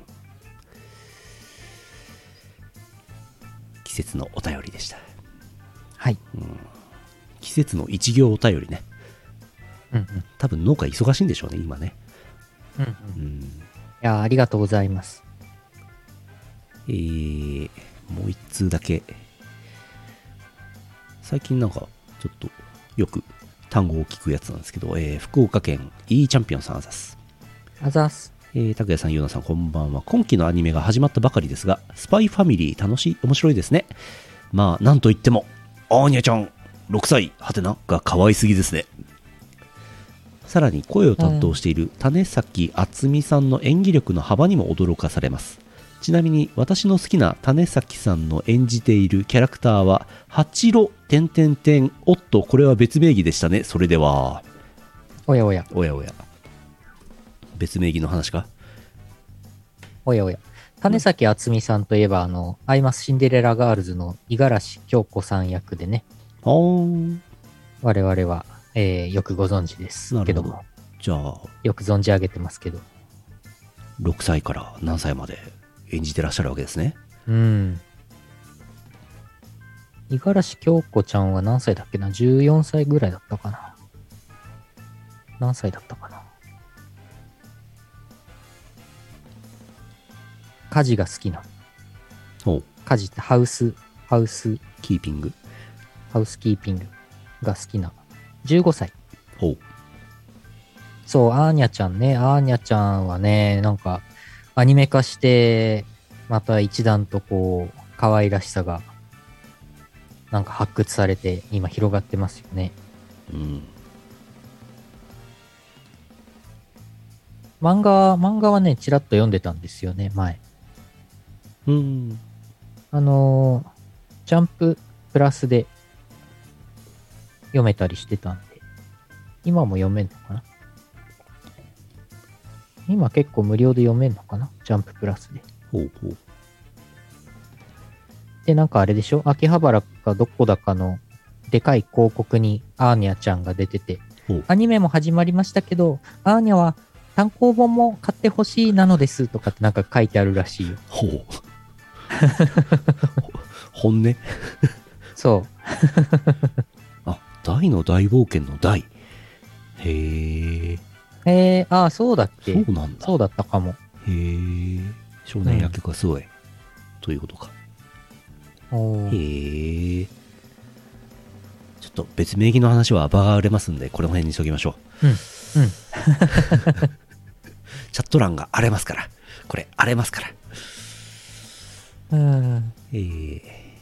S1: 季節のお便りでした
S2: はい。
S1: 季節の一行お便りね
S2: うん
S1: 多分農家忙しいんでしょうね今ね
S2: うん。うんうん。
S1: うん
S2: いやあ、ありがとうございます。
S1: えー、もう一通だけ最近なんかちょっとよく単語を聞くやつなんですけど、えー福岡県 E チャンピオンさんあざす
S2: あざっす。
S1: えー、拓也さん、ゆうなさん、こんばんは。今期のアニメが始まったばかりですが、スパイファミリー楽しい、面白いですね。まあ、なんといっても、アーニャちゃん、6歳、はてな、が可愛すぎですね。さらに、声を担当している種崎敦美さんの演技力の幅にも驚かされます。ちなみに、私の好きな種崎さんの演じているキャラクターは、八路、点点点、おっと、これは別名義でしたね。それでは、
S2: おやおや、
S1: おやおや。別名義の話か
S2: おやおや。種崎敦美さんといえば、あの、アイマスシンデレラガールズの五十嵐京子さん役でね、
S1: あー。
S2: 我々は、えーよくご存知ですけど
S1: なる
S2: も、
S1: じゃあ
S2: よく存じ上げてますけど。
S1: 6歳から何歳まで演じてらっしゃるわけですね
S2: うん。五十嵐京子ちゃんは何歳だっけな ?14 歳ぐらいだったかな何歳だったかな家事が好きな。
S1: お
S2: 家事ってハウス、ハウス、
S1: キーピング
S2: ハウスキーピングが好きな。15歳。
S1: お
S2: そう、アーニャちゃんね。アーニャちゃんはね、なんか、アニメ化して、また一段とこう、可愛らしさが、なんか発掘されて、今広がってますよね。
S1: うん
S2: 漫画は、漫画はね、ちらっと読んでたんですよね、前。
S1: うん
S2: あのージャンププラスで読めたりしてたんで、今も読めんのかな今結構無料で読めんのかなジャンププラスで。
S1: ほうほう
S2: で、なんかあれでしょ秋葉原かどこだかのでかい広告にアーニャちゃんが出てて、
S1: お
S2: アニメも始まりましたけど、アーニャは単行本も買ってほしいなのですとかってなんか書いてあるらしいよ。
S1: ほう ほ本音
S2: そ
S1: あ大の大冒険の大へえ
S2: う。えー、ああ、そうだっけ
S1: そうなんだ
S2: そうだったかも。
S1: へえ少年野球がすごい、ということか
S2: お
S1: へ
S2: ー
S1: えちょっと別名義の話は場が荒れますんでこれの辺にしときましょう
S2: うん
S1: うん チャット欄が荒れますからこれ荒れますから
S2: うん。
S1: えー、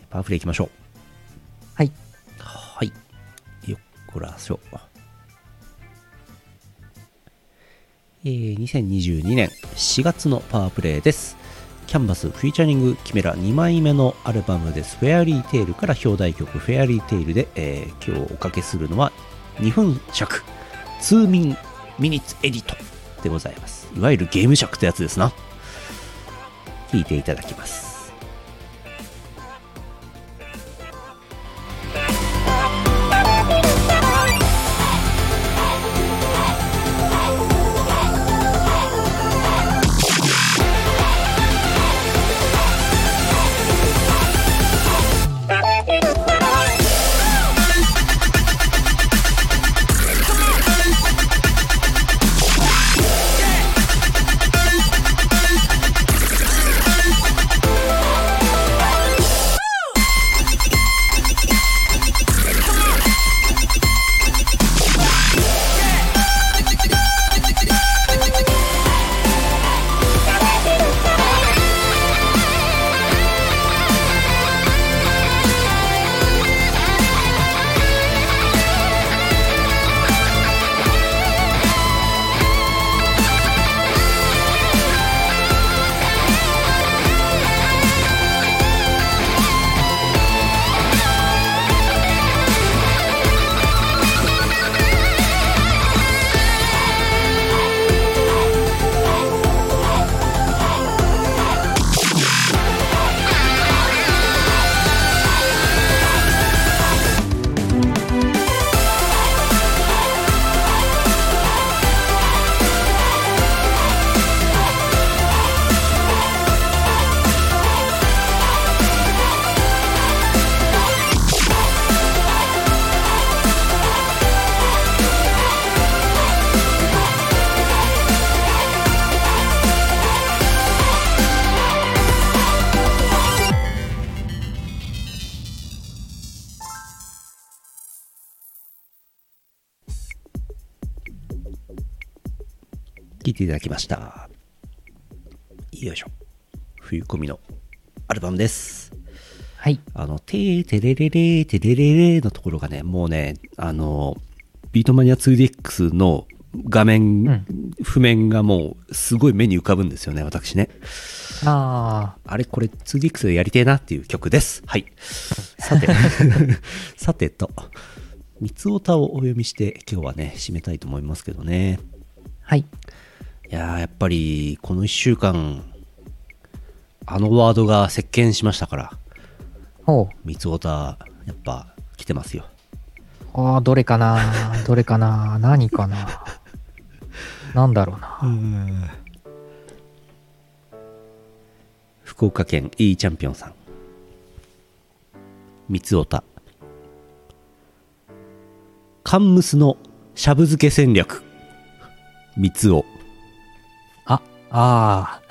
S1: パワフルいきましょう。
S2: はい。
S1: はい。よっこらしょ。えー、2022年4月のパワープレイです。キャンバスフィーチャリングキメラ2枚目のアルバムです。フェアリーテイルから表題曲フェアリーテイルで、えー今日おかけするのは2分尺2ミンミニッツエディットでございます。いわゆるゲーム尺ってやつですな。聞いていただきます。聞いていただきましたよいしょ冬込みのアルバムです
S2: はい。
S1: あの「てーてれれれーてれれれ」のところがねもうねあのビートマニア 2DX の画面、
S2: うん
S1: 譜面がもうすごい目に浮かぶんですよね私ね
S2: ああ、
S1: あれこれ 2DX でやりてえなっていう曲です。はい。さ て、さてと、三つおたをお読みして今日はね、締めたいと思いますけどね。
S2: はい。
S1: いやーやっぱりこの1週間あのワードが席巻しましたから
S2: ほ
S1: 三つおたやっぱ来てますよ
S2: う。ああ、どれかなどれかな何かななんだろうな。
S1: 福岡県 E チャンピオンさん三つおたカンムスのしゃぶ漬け戦略三つお
S2: あ、ああ。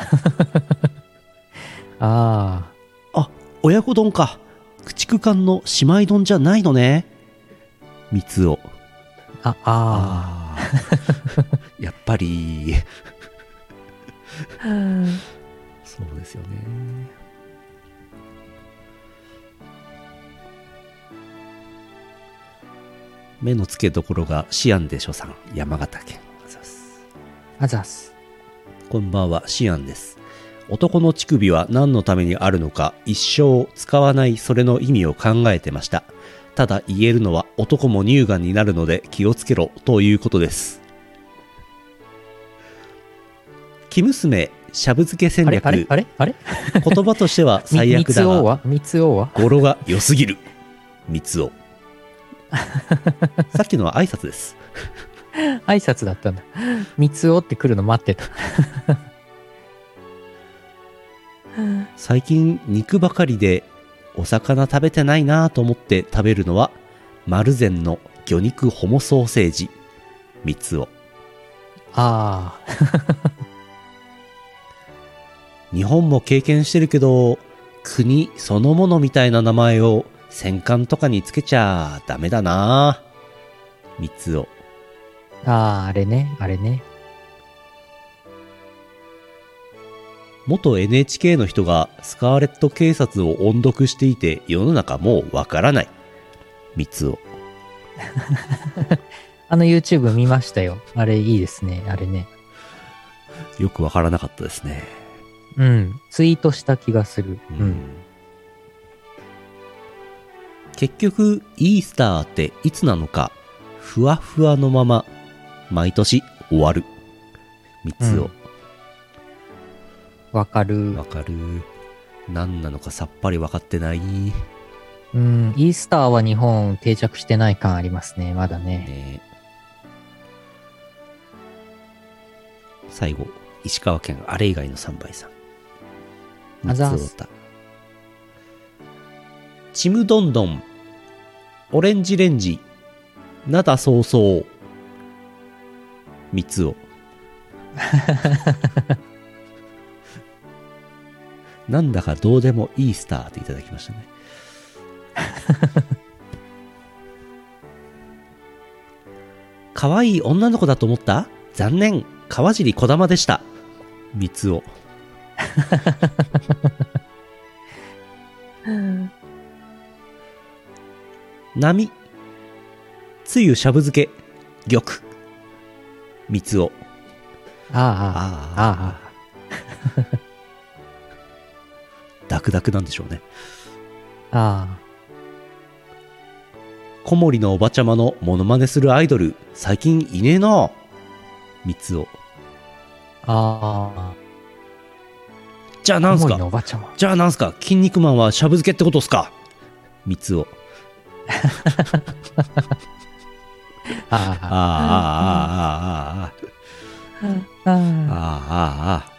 S2: ああ。
S1: あ親子丼か駆逐艦の姉妹丼じゃないのね三つお
S2: あ、あ
S1: あー やっぱり
S2: あ。うん
S1: そうですよね目の付けどころがシアンでしょさん山形県そうです
S2: あざっす。
S1: こんばんはシアンです男の乳首は何のためにあるのか一生使わないそれの意味を考えてましたただ言えるのは男も乳がんになるので気をつけろということです生娘しゃぶ漬け戦
S2: あれ
S1: 略
S2: あれあれあれ
S1: 言葉としては最悪だ
S2: み三つ
S1: が
S2: 王は三つ王は
S1: 語呂が良すぎる三つおさっきのは挨拶です。
S2: 挨拶だったんだ。三つおって来るの待ってた。
S1: 最近肉ばかりでお魚食べてないなぁと思って食べるのはマルゼンの魚肉ホモソーセージ三つを
S2: ああ、
S1: 日本も経験してるけど国そのものみたいな名前を戦艦とかにつけちゃダメだなぁ三つを
S2: ああ、あれね、あれね。
S1: 元 NHK の人がスカーレット警察を音読していて世の中もうわからない三つを
S2: あの YouTube 見ましたよ。あれいいですね、あれね。
S1: よくわからなかったですね
S2: うん。ツイートした気がする。うん。
S1: 結局イースターっていつなのかふわふわのまま毎年終わる三つを
S2: わかる
S1: わ。かる何なのかさっぱり分かってないね
S2: うん。イースターは日本定着してない感ありますね、まだね。
S1: 最後石川県あれ以外の3倍さん
S2: あざー
S1: 三
S2: す
S1: つ太田ちむどんどんオレンジレンジなだそうそう三つ をなんだかどうでもいいスターっていただきましたね 可愛い女の子だと思った残念川尻小玉でした三つを 波つゆしゃぶ漬け玉三つを
S2: ああ、ああ、
S1: あ
S2: ああ。
S1: ダクダクなんでしょうね
S2: あ
S1: 小森のおばちゃまのモノマネするアイドル最近いねえな三つを
S2: あ、あ
S1: じゃあ
S2: あ。
S1: なんす
S2: 小森の
S1: か
S2: おばちゃま。
S1: じゃあなんすか筋肉マンはしゃぶ漬けってことっすか三つをあ
S2: あ
S1: あ
S2: あ
S1: あ、あああああ
S2: あ
S1: ああ
S2: あ。
S1: ああ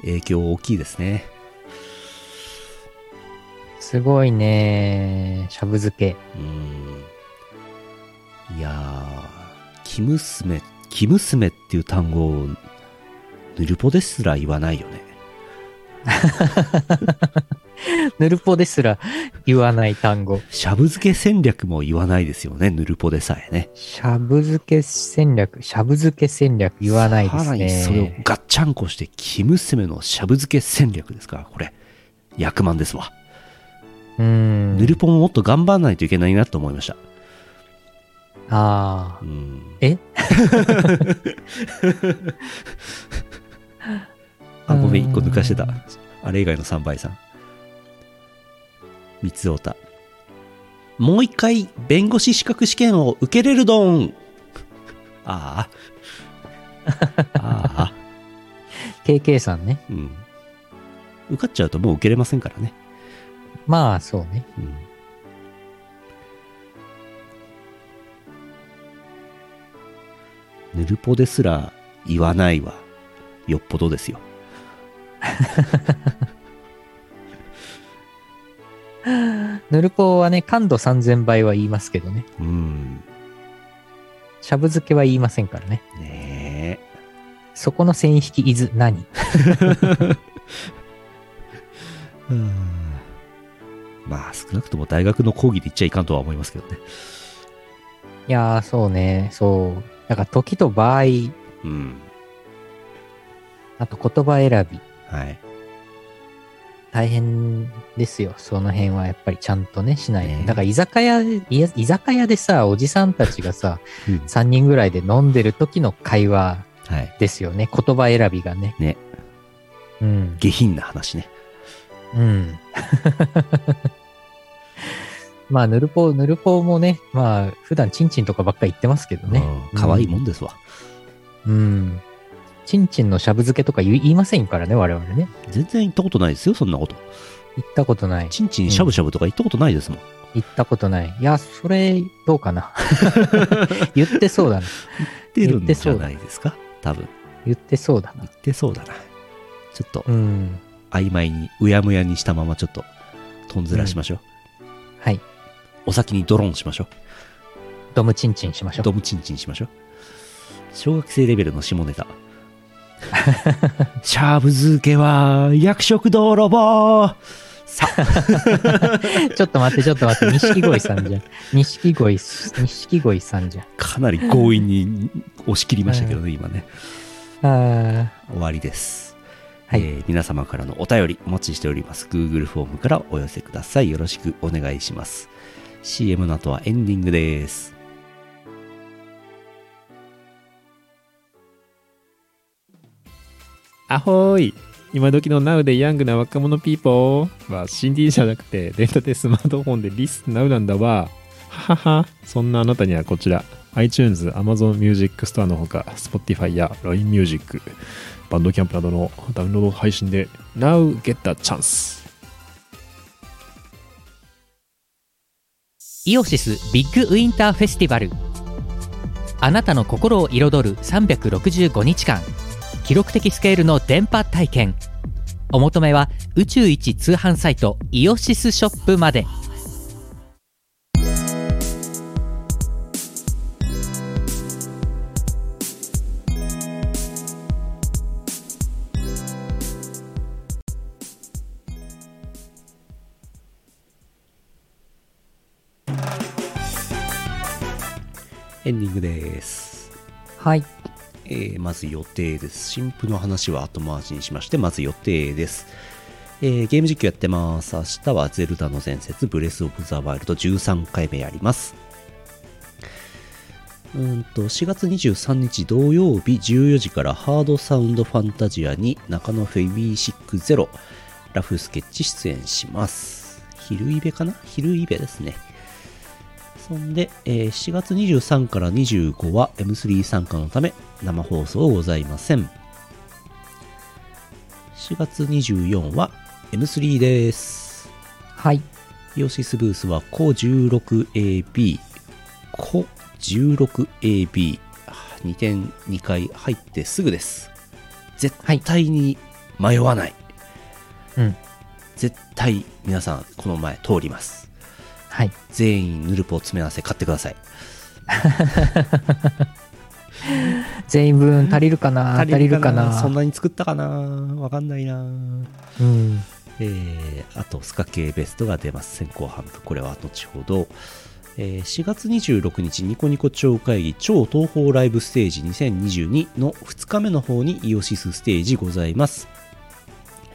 S1: 影響大きいですね
S2: すごいね。しゃぶ漬け。
S1: うんいやー「生娘」「生娘」っていう単語をヌルポですら言わないよね
S2: ぬるぽですら言わない単語。
S1: しゃぶ漬け戦略も言わないですよねヌルポでさえね
S2: しゃぶ漬け戦略、しゃぶ漬け戦略言わないで
S1: さ
S2: す
S1: らにそれを
S2: ね。
S1: ガッチャンコして「生娘」のしゃぶ漬け戦略ですからこれ役満ですわ、
S2: うん。
S1: ヌルポももっと頑張らないといけないなと思いました
S2: ああ
S1: う。ん
S2: え
S1: あごめん
S2: うん
S1: 1個抜かしてたあれ以外の3倍さん三つ太田もう一回弁護士資格試験を受けれるどんああああ
S2: KK さんね。
S1: うん受かっちゃうともう受けれませんからね
S2: まあ、そうね。
S1: うんぬるぽですら言わないはよっぽどですよ。
S2: ぬるぽはね、感度3000倍は言いますけどね。
S1: うん。
S2: しゃぶ漬けは言いませんからね。
S1: ねえ。
S2: そこの線引き伊豆何
S1: まあ少なくとも大学の講義で言っちゃいかんとは思いますけどね。
S2: いやー、そうね。そう。だから時と場合、
S1: うん。
S2: あと言葉選び。
S1: はい。
S2: 大変ですよ。その辺はやっぱりちゃんとね、しないと。
S1: ね
S2: だから居酒屋、いや居酒屋でさ、おじさんたちがさ、
S1: うん
S2: 3人ぐらいで飲んでる時の会話
S1: はい。
S2: ですよね。言葉選びがね。
S1: ね。
S2: うん。
S1: 下品な話ね。
S2: うん。 まあ、ぬるぽ、ぬるぽもね、まあ、普段チンチンとかばっかり言ってますけどね。
S1: うん可愛いもんですわ。
S2: うん。チンチンのしゃぶ漬けとか言い言いませんからね、我々ね。
S1: 全然行ったことないですよ、そんなこと。
S2: 言ったことない。
S1: ちんちんしゃぶしゃぶとか行ったことないですもん。
S2: 行ったことない。いや、それ、どうかな。 言ってそうだな。
S1: 出るん
S2: 言って
S1: じ
S2: そ
S1: ゃ
S2: うだ
S1: ないですか多分
S2: 言ってそうだな
S1: 言。ってそうだなちょっと
S2: うん。
S1: 曖昧にうやむやにしたままちょっととんずらしましょう、
S2: はい。
S1: お先にドロンしましょ
S2: ドムチンチンしまし
S1: う
S2: ょう。
S1: ドムチンチンしましょう小学生レベルの下ネタ シャーブ漬けは役職泥棒さあ
S2: ちょっと待って、ちょっと待って。錦鯉さ んじゃん。錦鯉、錦鯉さんじゃん。
S1: かなり強引に押し切りましたけどね今ね
S2: あ
S1: 終わりです、
S2: はい
S1: えー皆様からのお便りお待ちしております Google フォームからお寄せくださいよろしくお願いします CM の後はエンディングです
S3: アホーい今時の Now でヤングな若者ピーポーは CD じゃなくてデータでスマートフォンでリスナウなんだわはははそんなあなたにはこちら iTunes、Amazon Music Store のほか Spotify や LINE Music バンドキャンプなどのダウンロード配信で Now get the chance
S2: イオシスビッグウィンターフェスティバルあなたの心を彩る365日間記録的スケールの電波体験お求めは宇宙一通販サイトイオシスショップまで
S1: エンディングです
S2: はい
S1: えーまず予定です。新婦の話は後回しにしまして、まず予定です。えーゲーム実況やってます。明日はゼルダの伝説、ブレス・オブ・ザ・ワイルド13回目やります。うーんと、4月23日土曜日14時からハードサウンドファンタジアに中野フェビー60ラフスケッチ出演します。昼イベかな昼イベですね。そんで、えー7月23から25は M3 参加のため生放送ございません。4月24は M3 です。
S2: はい
S1: イオシスブースは CO16AB、CO16AB、2点2回入ってすぐです。絶対に迷わない。
S2: うん
S1: 絶対皆さんこの前通ります。
S2: はい
S1: 全員ヌルポ詰め合わせ買ってください。
S2: 全員分足りるかな足りるかな
S1: そんなに作ったかなわかんないな
S2: うん
S1: えー、あとスカ系ベストが出ます先行販布これは後ほど、えー4月26日ニコニコ超会議超東方ライブステージ2022の2日目の方にイオシスステージございます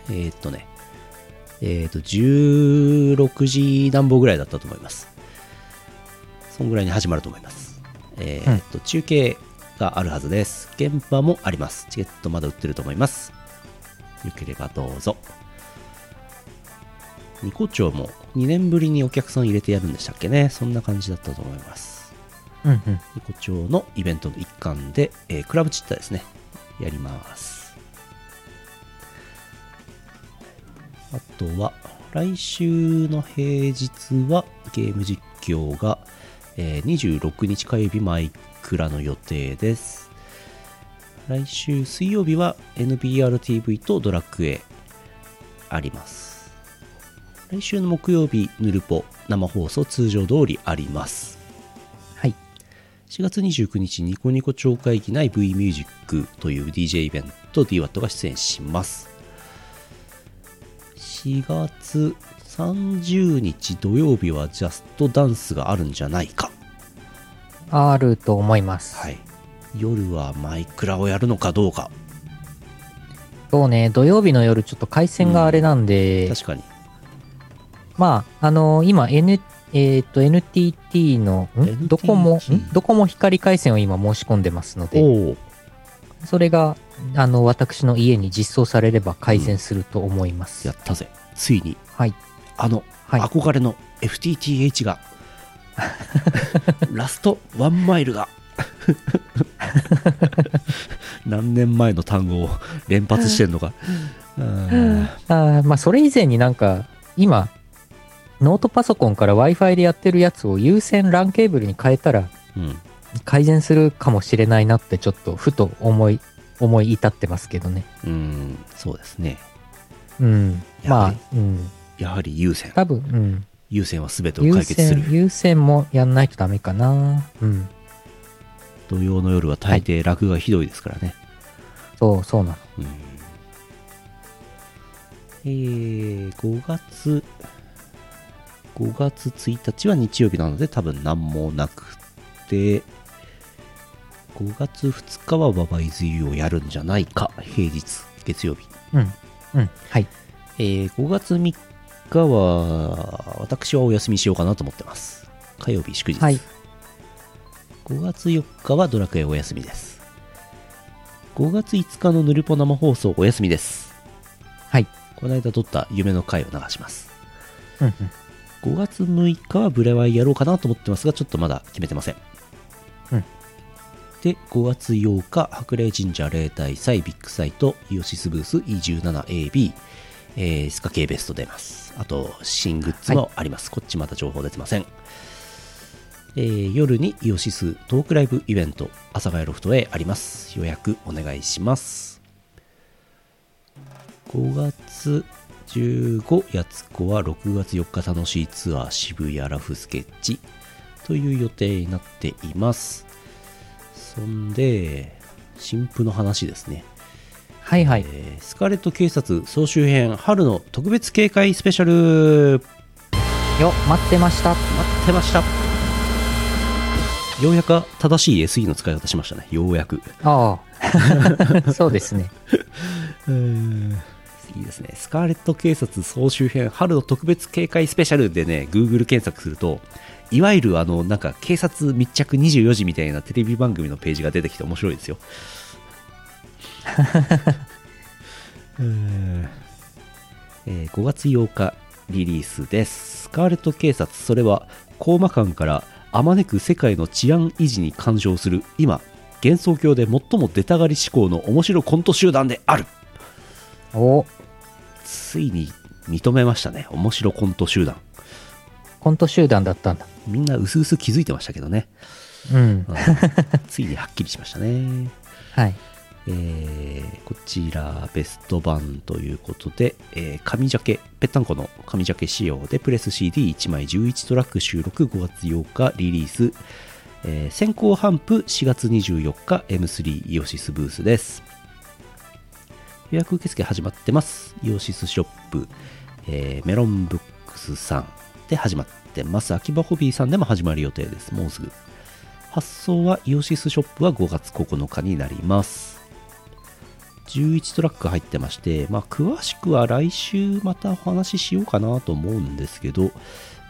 S1: えーっとねえーっと16時暖房ぐらいだったと思いますそんぐらいに始まると思いますえーっと、中継があるはずです現場もありますチケットまだ売ってると思いますよければどうぞニコ町も2年ぶりにお客さん入れてやるんでしたっけねそんな感じだったと思います
S2: うんうん
S1: ニコ町のイベントの一環で、えークラブチッターですねやりますあとは来週の平日はゲーム実況が、えー26日火曜日マイクラの予定です来週水曜日は NBRTV とドラクエあります来週の木曜日ヌルポ生放送通常通りあります
S2: はい
S1: 4月29日ニコニコ超会議内 V ミュージックという DJ イベント DWAT が出演します4月30日土曜日はジャストダンスがあるんじゃないか
S2: あると思います、
S1: はい夜はマイクラをやるのかどうか
S2: そうね土曜日の夜ちょっと回線があれなんで、
S1: 確かに
S2: まあ、あの今、N えー、と NTT の、ん
S1: NTT
S2: ドコモ、んドコモ光回線を今申し込んでますので、
S1: おお
S2: それが、あの、私の家に実装されれば回線すると思います。
S1: やったぜついに
S2: はい。
S1: あの
S2: はい。
S1: 憧れの FTTH が、ラストワンマイルが何年前の単語を連発してんのかうん
S2: あーまあ、それ以前になんか、今、ノートパソコンから Wi-Fi でやってるやつを有線 LAN ケーブルに変えたら
S1: うん。
S2: 改善するかもしれないなってちょっとふと思い、思い至ってますけどね。
S1: うん、そうですね。
S2: うん。
S1: や
S2: ま
S1: は
S2: あ
S1: り、
S2: うん。
S1: やはり優先。
S2: 多分、うん。
S1: 優先は全てを
S2: 優
S1: 解決す
S2: 先
S1: る、。
S2: 優先もやんないとダメかな。うん。
S1: 土曜の夜は大抵落がひどいですからね。
S2: そう、そうなの。
S1: うんえー、5月、5月1日は日曜日なので多分何もなくて、5月2日はババイズユーをやるんじゃないか、平日、月曜日。
S2: うん。うん。はい。
S1: えー5月3日は、私はお休みしようかなと思ってます。火曜日祝日。
S2: はい
S1: 5月4日はドラクエお休みです。5月5日のヌルポ生放送お休みです。
S2: はい。
S1: この間撮った夢の回を流します。
S2: うんうん。
S1: 5月6日はブレワイやろうかなと思ってますが、ちょっとまだ決めてません。
S2: うん
S1: で、5月8日、白麗神社例大祭ビッグサイト、イオシスブース E17AB、えースカ系ベスト出ます。あと、新グッズもあります。こっちまだ情報出てません。えー夜にイオシストークライブイベント、阿佐ヶ谷ロフトへあります。予約お願いします。5月15やつこは6月4日楽しいツアー渋谷ラフスケッチという予定になっていますそんで新婦の話ですね、
S2: はいはい。
S1: えースカーレット警察総集編春の特別警戒スペシャル
S2: よ、待ってました。
S1: 待ってましたようやく正しい SE の使い方しましたねようやく
S2: あ あ。そうですね。
S1: いいですね。スカーレット警察総集編春の特別警戒スペシャルでね、Google 検索すると、いわゆるあの、なんか警察密着24時みたいなテレビ番組のページが出てきて面白いですよ。えー5月8日リリースです。スカーレット警察、それは、コーマ館からあまねく世界の治安維持に干渉する、今、幻想郷で最も出たがり志向の面白コント集団である。
S2: お
S1: ついに認めましたね面白コント集団
S2: コント集団だったんだ。
S1: みんな薄々気づいてましたけどね、
S2: うん
S1: う。んついにはっきりしましたね
S2: はい。
S1: えーこちらベスト版ということで、えー紙ジャケぺったんこの紙ジャケ仕様でプレス CD1 枚11トラック収録5月8日リリース、えー先行頒布4月24日 M3 イオシスブースです予約受付始まってますイオシスショップ、えーメロンブックスさんで始まってます秋葉ホビーさんでも始まる予定ですもうすぐ発送はイオシスショップは5月9日になります11トラック入ってまして、まあ、詳しくは来週またお話ししようかなと思うんですけど、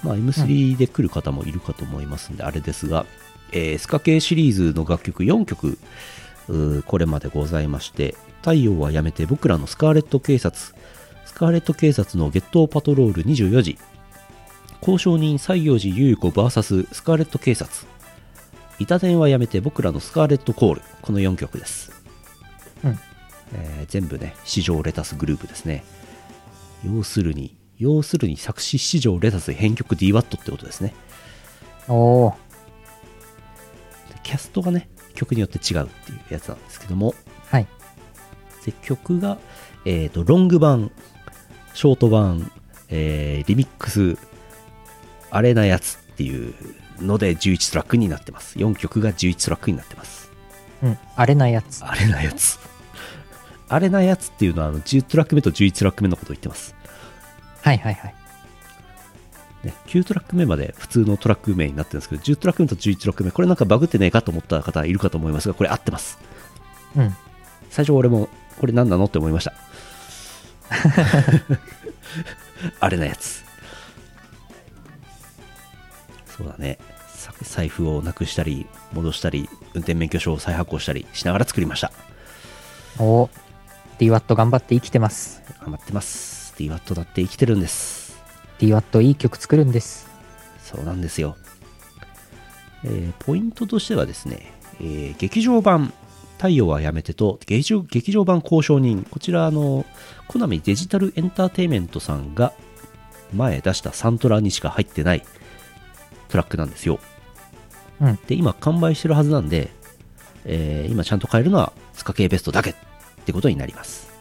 S1: まあ、M3 で来る方もいるかと思いますんで、あれですが、えースカ系シリーズの楽曲4曲、うーこれまでございまして、太陽はやめて僕らのスカーレット警察、スカーレット警察のゲットパトロール24時、交渉人西行寺優子 VS スカーレット警察、板電話やめて僕らのスカーレットコール、この4曲です。えー全部ね市場レタスグループですね要するに要するに作詞市場レタス編曲 DWAT ってことですね
S2: おお。
S1: でキャストがね曲によって違うっていうやつなんですけども
S2: はい。
S1: で曲が、えー、とロング版ショート版、えーリミックスあれなやつっていうので11トラックになってます4曲が11トラックになってます
S2: うん。あれなやつ。
S1: あれなやつ。あれなやつっていうのは、あの、10トラック目と11トラック目のことを言ってます。
S2: はいはいはい。
S1: ね、9トラック目まで普通のトラック名になってるんですけど、10トラック目と11トラック目、これなんかバグってねえかと思った方いるかと思いますが、これ合ってます。
S2: うん。
S1: 最初俺も、これ何なのって思いました。 あれなやつ。そうだね。さ財布をなくしたり、戻したり、運転免許証を再発行したりしながら作りました。
S2: おお。DWAT 頑張って生きてます。
S1: 頑張ってます。DWAT だって生きてるんです。
S2: DWAT いい曲作るんです。
S1: そうなんですよ、えーポイントとしてはですね、えー劇場版「太陽はやめてと」劇場劇場版「交渉人」こちらあのコナミデジタルエンターテイメントさんが前出したサントラにしか入ってないトラックなんですよ。
S2: うん
S1: で、今完売してるはずなんで、えー今ちゃんと買えるのはスカ系ベストだけってことになります。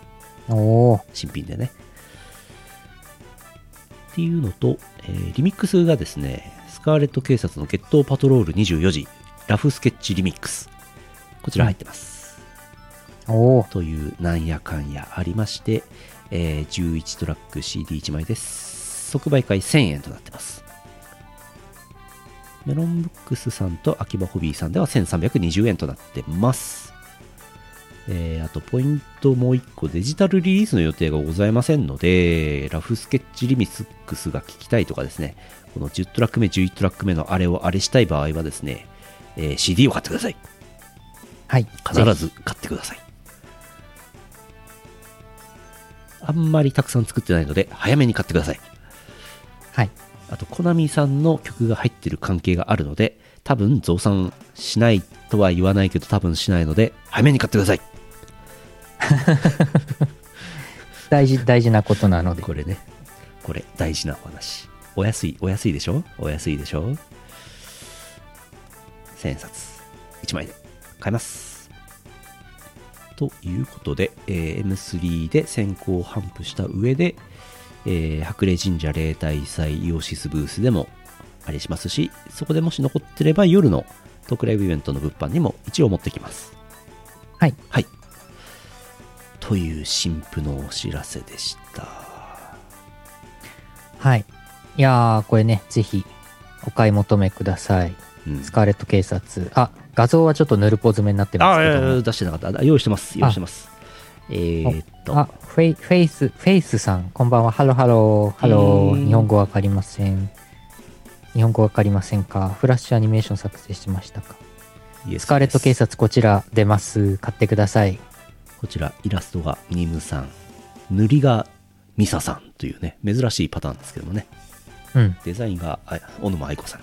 S2: おー
S1: 新品でね。っていうのと、えーリミックスがですね、スカーレット警察の決闘パトロール24時、ラフスケッチリミックス。こちら入ってます。
S2: おー
S1: というなんやかんやありまして、えー11トラック CD1 枚です。即売会1000円となってます。メロンブックスさんと秋葉ホビーさんでは1320円となってます。えーあとポイントもう1個デジタルリリースの予定がございませんのでラフスケッチリミックスが聞きたいとかですねこの10トラック目11トラック目のあれをあれしたい場合はですね、えー CD を買ってください
S2: はい。
S1: 必
S2: ぜひ。
S1: ず買ってくださいあんまりたくさん作ってないので早めに買ってください
S2: はい。
S1: あとコナミさんの曲が入ってる関係があるので多分増産しないとは言わないけど多分しないので早めに買ってください
S2: 大事、大事なことなので。
S1: これねこれ大事なお話お安いお安いでしょお安いでしょ1000円札1枚で買えますということで、えー M3 で先行頒布した上で、えー白麗神社例大祭イオシスブースでもあれしますしそこでもし残ってれば夜のトークライブイベントの物販にも一応持ってきます
S2: はい。
S1: はい。という新婦のお知らせでした。
S2: はい。いやー、これね、ぜひ、お買い求めください。
S1: うん
S2: スカーレット警察。あ、画像はちょっとヌルポ詰めになってます
S1: あ、いや
S2: けど
S1: い
S2: も
S1: や出してなかった。あ用意してます。用意してます。えー、っと、
S2: あ、フェイ、フェイス、フェイスさん、こんばんは。ハローハロー、ハロ
S1: うーん
S2: ー。日本語わかりません。日本語わかりませんかフラッシュアニメーション作成してましたか
S1: イエ
S2: スカーレット警
S1: です
S2: 察こちら出ます。買ってください。
S1: こちら、イラストがニムさん、塗りがミサさんというね、珍しいパターンですけどもね、
S2: うん。
S1: デザインがあ小沼愛子さん。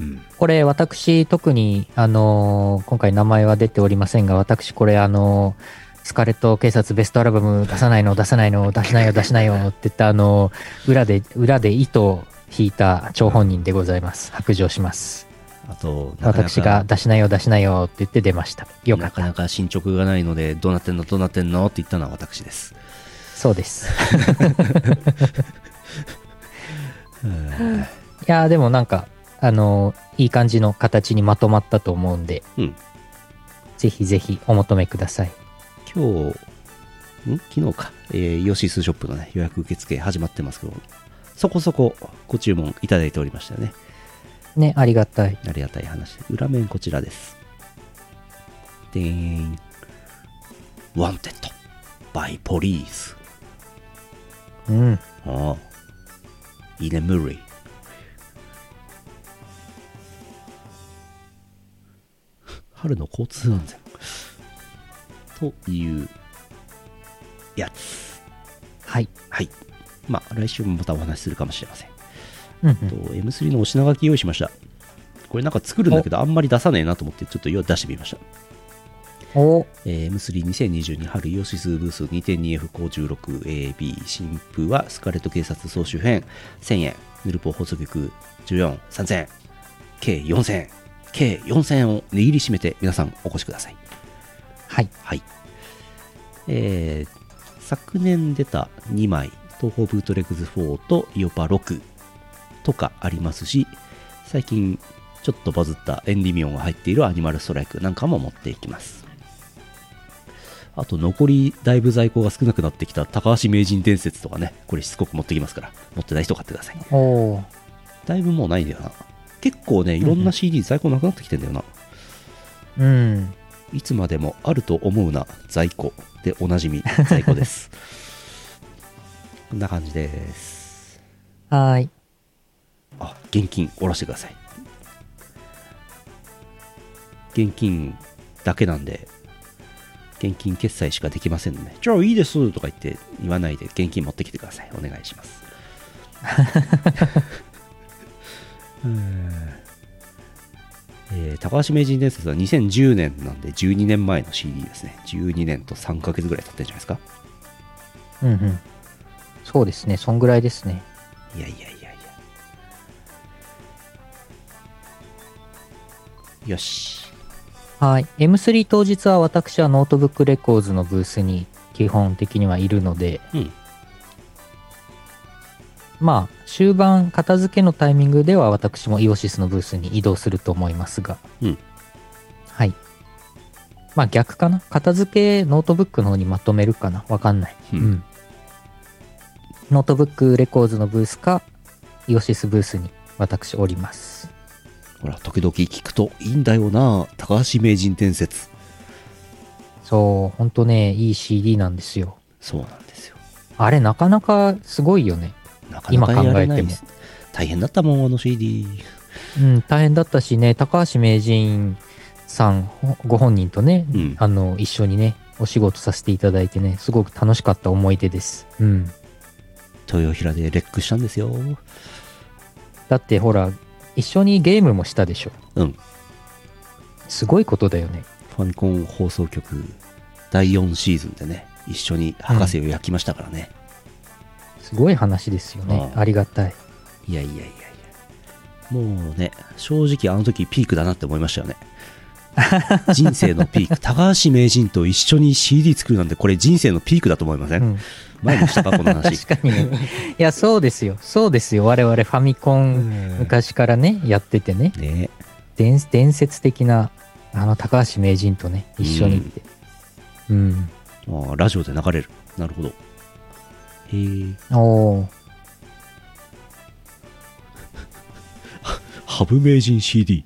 S1: うん、
S2: これ私特に、あのー今回名前は出ておりませんが、私これあのースカーレット警察ベストアルバム出さないの出さないの出さないよ出さないよって言ったあのー裏で、裏で糸を引いた張本人でございます。白状します。
S1: あと、なかなか
S2: 私が出しなよ出しなよって言って出ました。よか
S1: な
S2: っ
S1: か
S2: た。
S1: なか進捗がないので、どうなってんの、どうなってんのって言ったのは私です。
S2: そうです。
S1: うん
S2: いやーでもなんか、あのーいい感じの形にまとまったと思うんで、
S1: うん
S2: ぜひぜひお求めください。
S1: 今日、ん昨日か、えー、イオシスショップのね、予約受付始まってますけど、そこそこご注文いただいておりましたよね。
S2: ね、ありがたい。
S1: ありがたい話で。裏面こちらです。でーん。ワンテッド。バイポリース。
S2: うん。
S1: ああ。居眠り。春の交通安全。というやつ。
S2: はい。
S1: はい。まあ、来週もまたお話しするかもしれません。
S2: うんうん
S1: と M3 のお品書き用意しました。これなんか作るんだけど、あんまり出さねえなと思って、ちょっと出してみました。
S2: お
S1: えー M32022 春イオシスブース 2.2F56AB 新風はスカレット警察総集編1000円ヌルポ放送局143000円計4000円計4000円を握りしめて皆さんお越しください
S2: はい。
S1: はいえー昨年出た2枚東方ブートレックス4とイオパ6とかありますし最近ちょっとバズったエンディミオンが入っているアニマルストライクなんかも持っていきますあと残りだいぶ在庫が少なくなってきた高橋名人伝説とかね、これしつこく持ってきますから、持ってない人買ってください。
S2: おー
S1: だいぶもうないんだよな。結構ね、いろんな CD 在庫なくなってきてんだよな。
S2: うん。
S1: いつまでもあると思うな在庫でおなじみ在庫です。こんな感じです。
S2: はーい。
S1: あ、現金下ろしてください。現金だけなんで、現金決済しかできませんね。じゃあいいですとか言って言わないで現金持ってきてください。お願いします。 うーんえー高橋名人伝説は2010年なんで12年前の CD ですね。12年と3ヶ月ぐらい経ってるんじゃないですか。
S2: うんうん。そうですね、そんぐらいですね。
S1: いやいやいやいや。よし。
S2: はい。M3 当日は私はノートブックレコーズのブースに基本的にはいるので、
S1: うん
S2: まあ、終盤片付けのタイミングでは私もイオシスのブースに移動すると思いますが、
S1: うん
S2: はい。まあ逆かな。片付けノートブックの方にまとめるかな。わかんない。
S1: うん
S2: ノートブックレコーズのブースか、イオシスブースに私おります。
S1: ほら、時々聞くといいんだよな、高橋名人伝説。
S2: そう、ほんとね、いい CD なんですよ。
S1: そうなんですよ。
S2: あれ、なかなかすごいよね。
S1: なかなかやれない
S2: 今考
S1: で
S2: えて
S1: す。大変だったもん、あの CD。
S2: うん、大変だったしね、高橋名人さん、ほご本人とね、
S1: うん。
S2: あの、一緒にね、お仕事させていただいてね、すごく楽しかった思い出です。うん。
S1: 豊平でレックしたんですよ。
S2: だってほら、一緒にゲームもしたでしょ。
S1: うん。
S2: すごいことだよね。
S1: ファミコン放送局第4シーズンでね、一緒に博士を焼きましたからね。
S2: すごい話ですよね。
S1: ああ
S2: ありがたい。
S1: いやいやいやいや。もうね、正直あの時ピークだなって思いましたよね。 人生のピーク。高橋名人と一緒に CD 作るなんて、これ人生のピークだと思いません、
S2: うん、
S1: 前にしたか、この話
S2: 確。かにね。いや、そうですよ。そうですよ。我々ファミコン、昔からね、やっててね。
S1: ね
S2: 伝伝説的なあの高橋名人とね一緒にってうん、
S1: ああラジオで流れる。なるほど。へえ、
S2: おお
S1: ハブ名人 CD。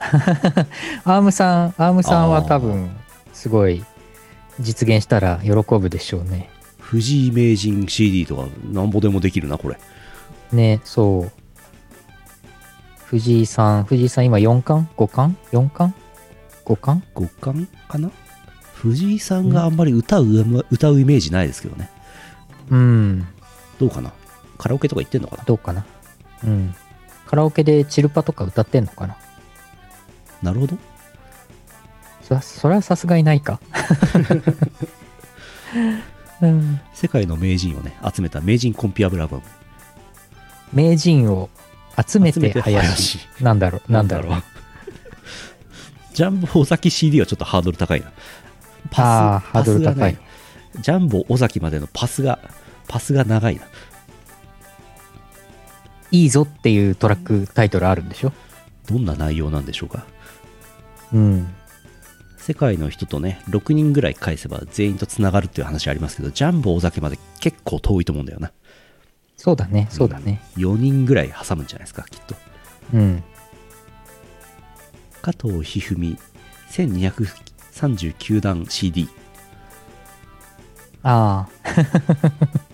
S2: アームさんアームさん
S1: あ
S2: は
S1: ー
S2: 多分すごい実現したら喜ぶでしょうね
S1: 藤井名人 CD とか、なんぼでもできるな、これ。
S2: ねそう藤井さん藤井さん今4巻5巻4巻5巻
S1: 五感かな藤井さんがあんまり歌う,、歌うイメージないですけどね。
S2: うん
S1: どうかなカラオケとか行ってんのかな
S2: どうかなうんカラオケでチルパとか歌ってんのかな
S1: なるほど。
S2: そそれはさすがにな いかうん
S1: 世界の名人をね、集めた名人コンピアブラム。
S2: 名人を集め
S1: 集め
S2: て
S1: て
S2: 林
S1: 林
S2: なんだろうなんだろう
S1: う。 ジャンボ尾崎 CD はちょっとハードル高いな。
S2: あー
S1: パス、
S2: ハードル高
S1: パ
S2: い
S1: スがねジャンボ尾崎までのパスが、パスが長いな。
S2: いいぞっていうトラックタイトルあるんでしょ
S1: どんな内容なんでしょうか。
S2: うん
S1: 世界の人とね、6人ぐらい返せば全員とつながるっていう話ありますけど、ジャンボ尾崎まで結構遠いと思うんだよな。
S2: そうだねそうだね
S1: 4人ぐらい挟むんじゃないですか、きっと。
S2: うん
S1: 加藤一二三1239段 CD。
S2: ああ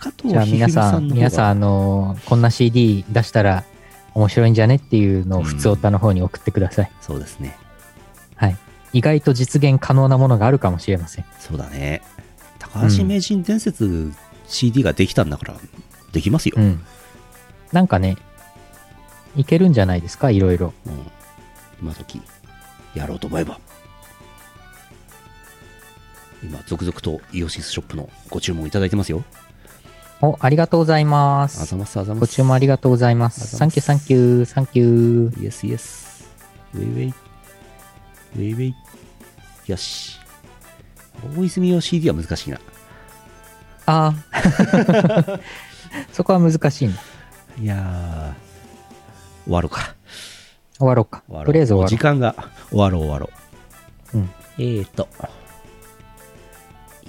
S1: 加藤
S2: じゃあ
S1: 一二
S2: 皆
S1: 三
S2: さ
S1: さ
S2: ん
S1: んの方
S2: 皆さん
S1: が
S2: あのーこんな CD 出したら面白いんじゃねっていうのを
S1: うん
S2: 普通歌の方に送ってください、
S1: そうですね。
S2: はい意外と実現可能なものがあるかもしれません
S1: そうだね。高橋名人伝説 CD ができたんだから、できますよ
S2: う。んなんかねいけるんじゃないですかいろいろ
S1: うん今時、やろうと思えば。今、続々とイオシスショップのご注文いただいてますよ。
S2: おありがとうございま
S1: あ
S2: す
S1: ざます、あざます。
S2: ご注文ありがとうございま
S1: あり
S2: す。
S1: がとう
S2: サン
S1: ご
S2: キュー、
S1: ざ
S2: サ
S1: います
S2: ンキュー、サンキュー。
S1: イエスイエス。ウェイウェイ。ウェイウェイ。よし。大泉洋 CD は難しいな。
S2: ああ。 そこは難しいんだ。
S1: いやー、終わろうか。
S2: 終わろうか
S1: 終わろ。う
S2: とりあえず終
S1: もう
S2: わろ
S1: 時
S2: う。
S1: 間が終わろう終わろう。
S2: うん
S1: えーと、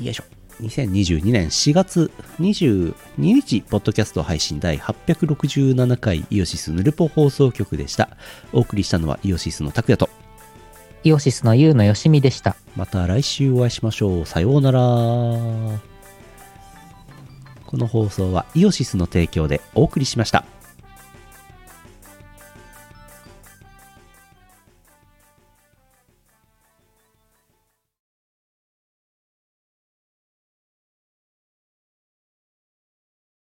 S1: よいしょ。2022年4月22日、ポッドキャスト配信第867回イオシスヌルポ放送局でした。お送りしたのはイオシスの拓也と、
S2: イオシスのユウのよしみでした。
S1: また来週お会いしましょう。さようなら。この放送はイオシスの提供でお送りしました。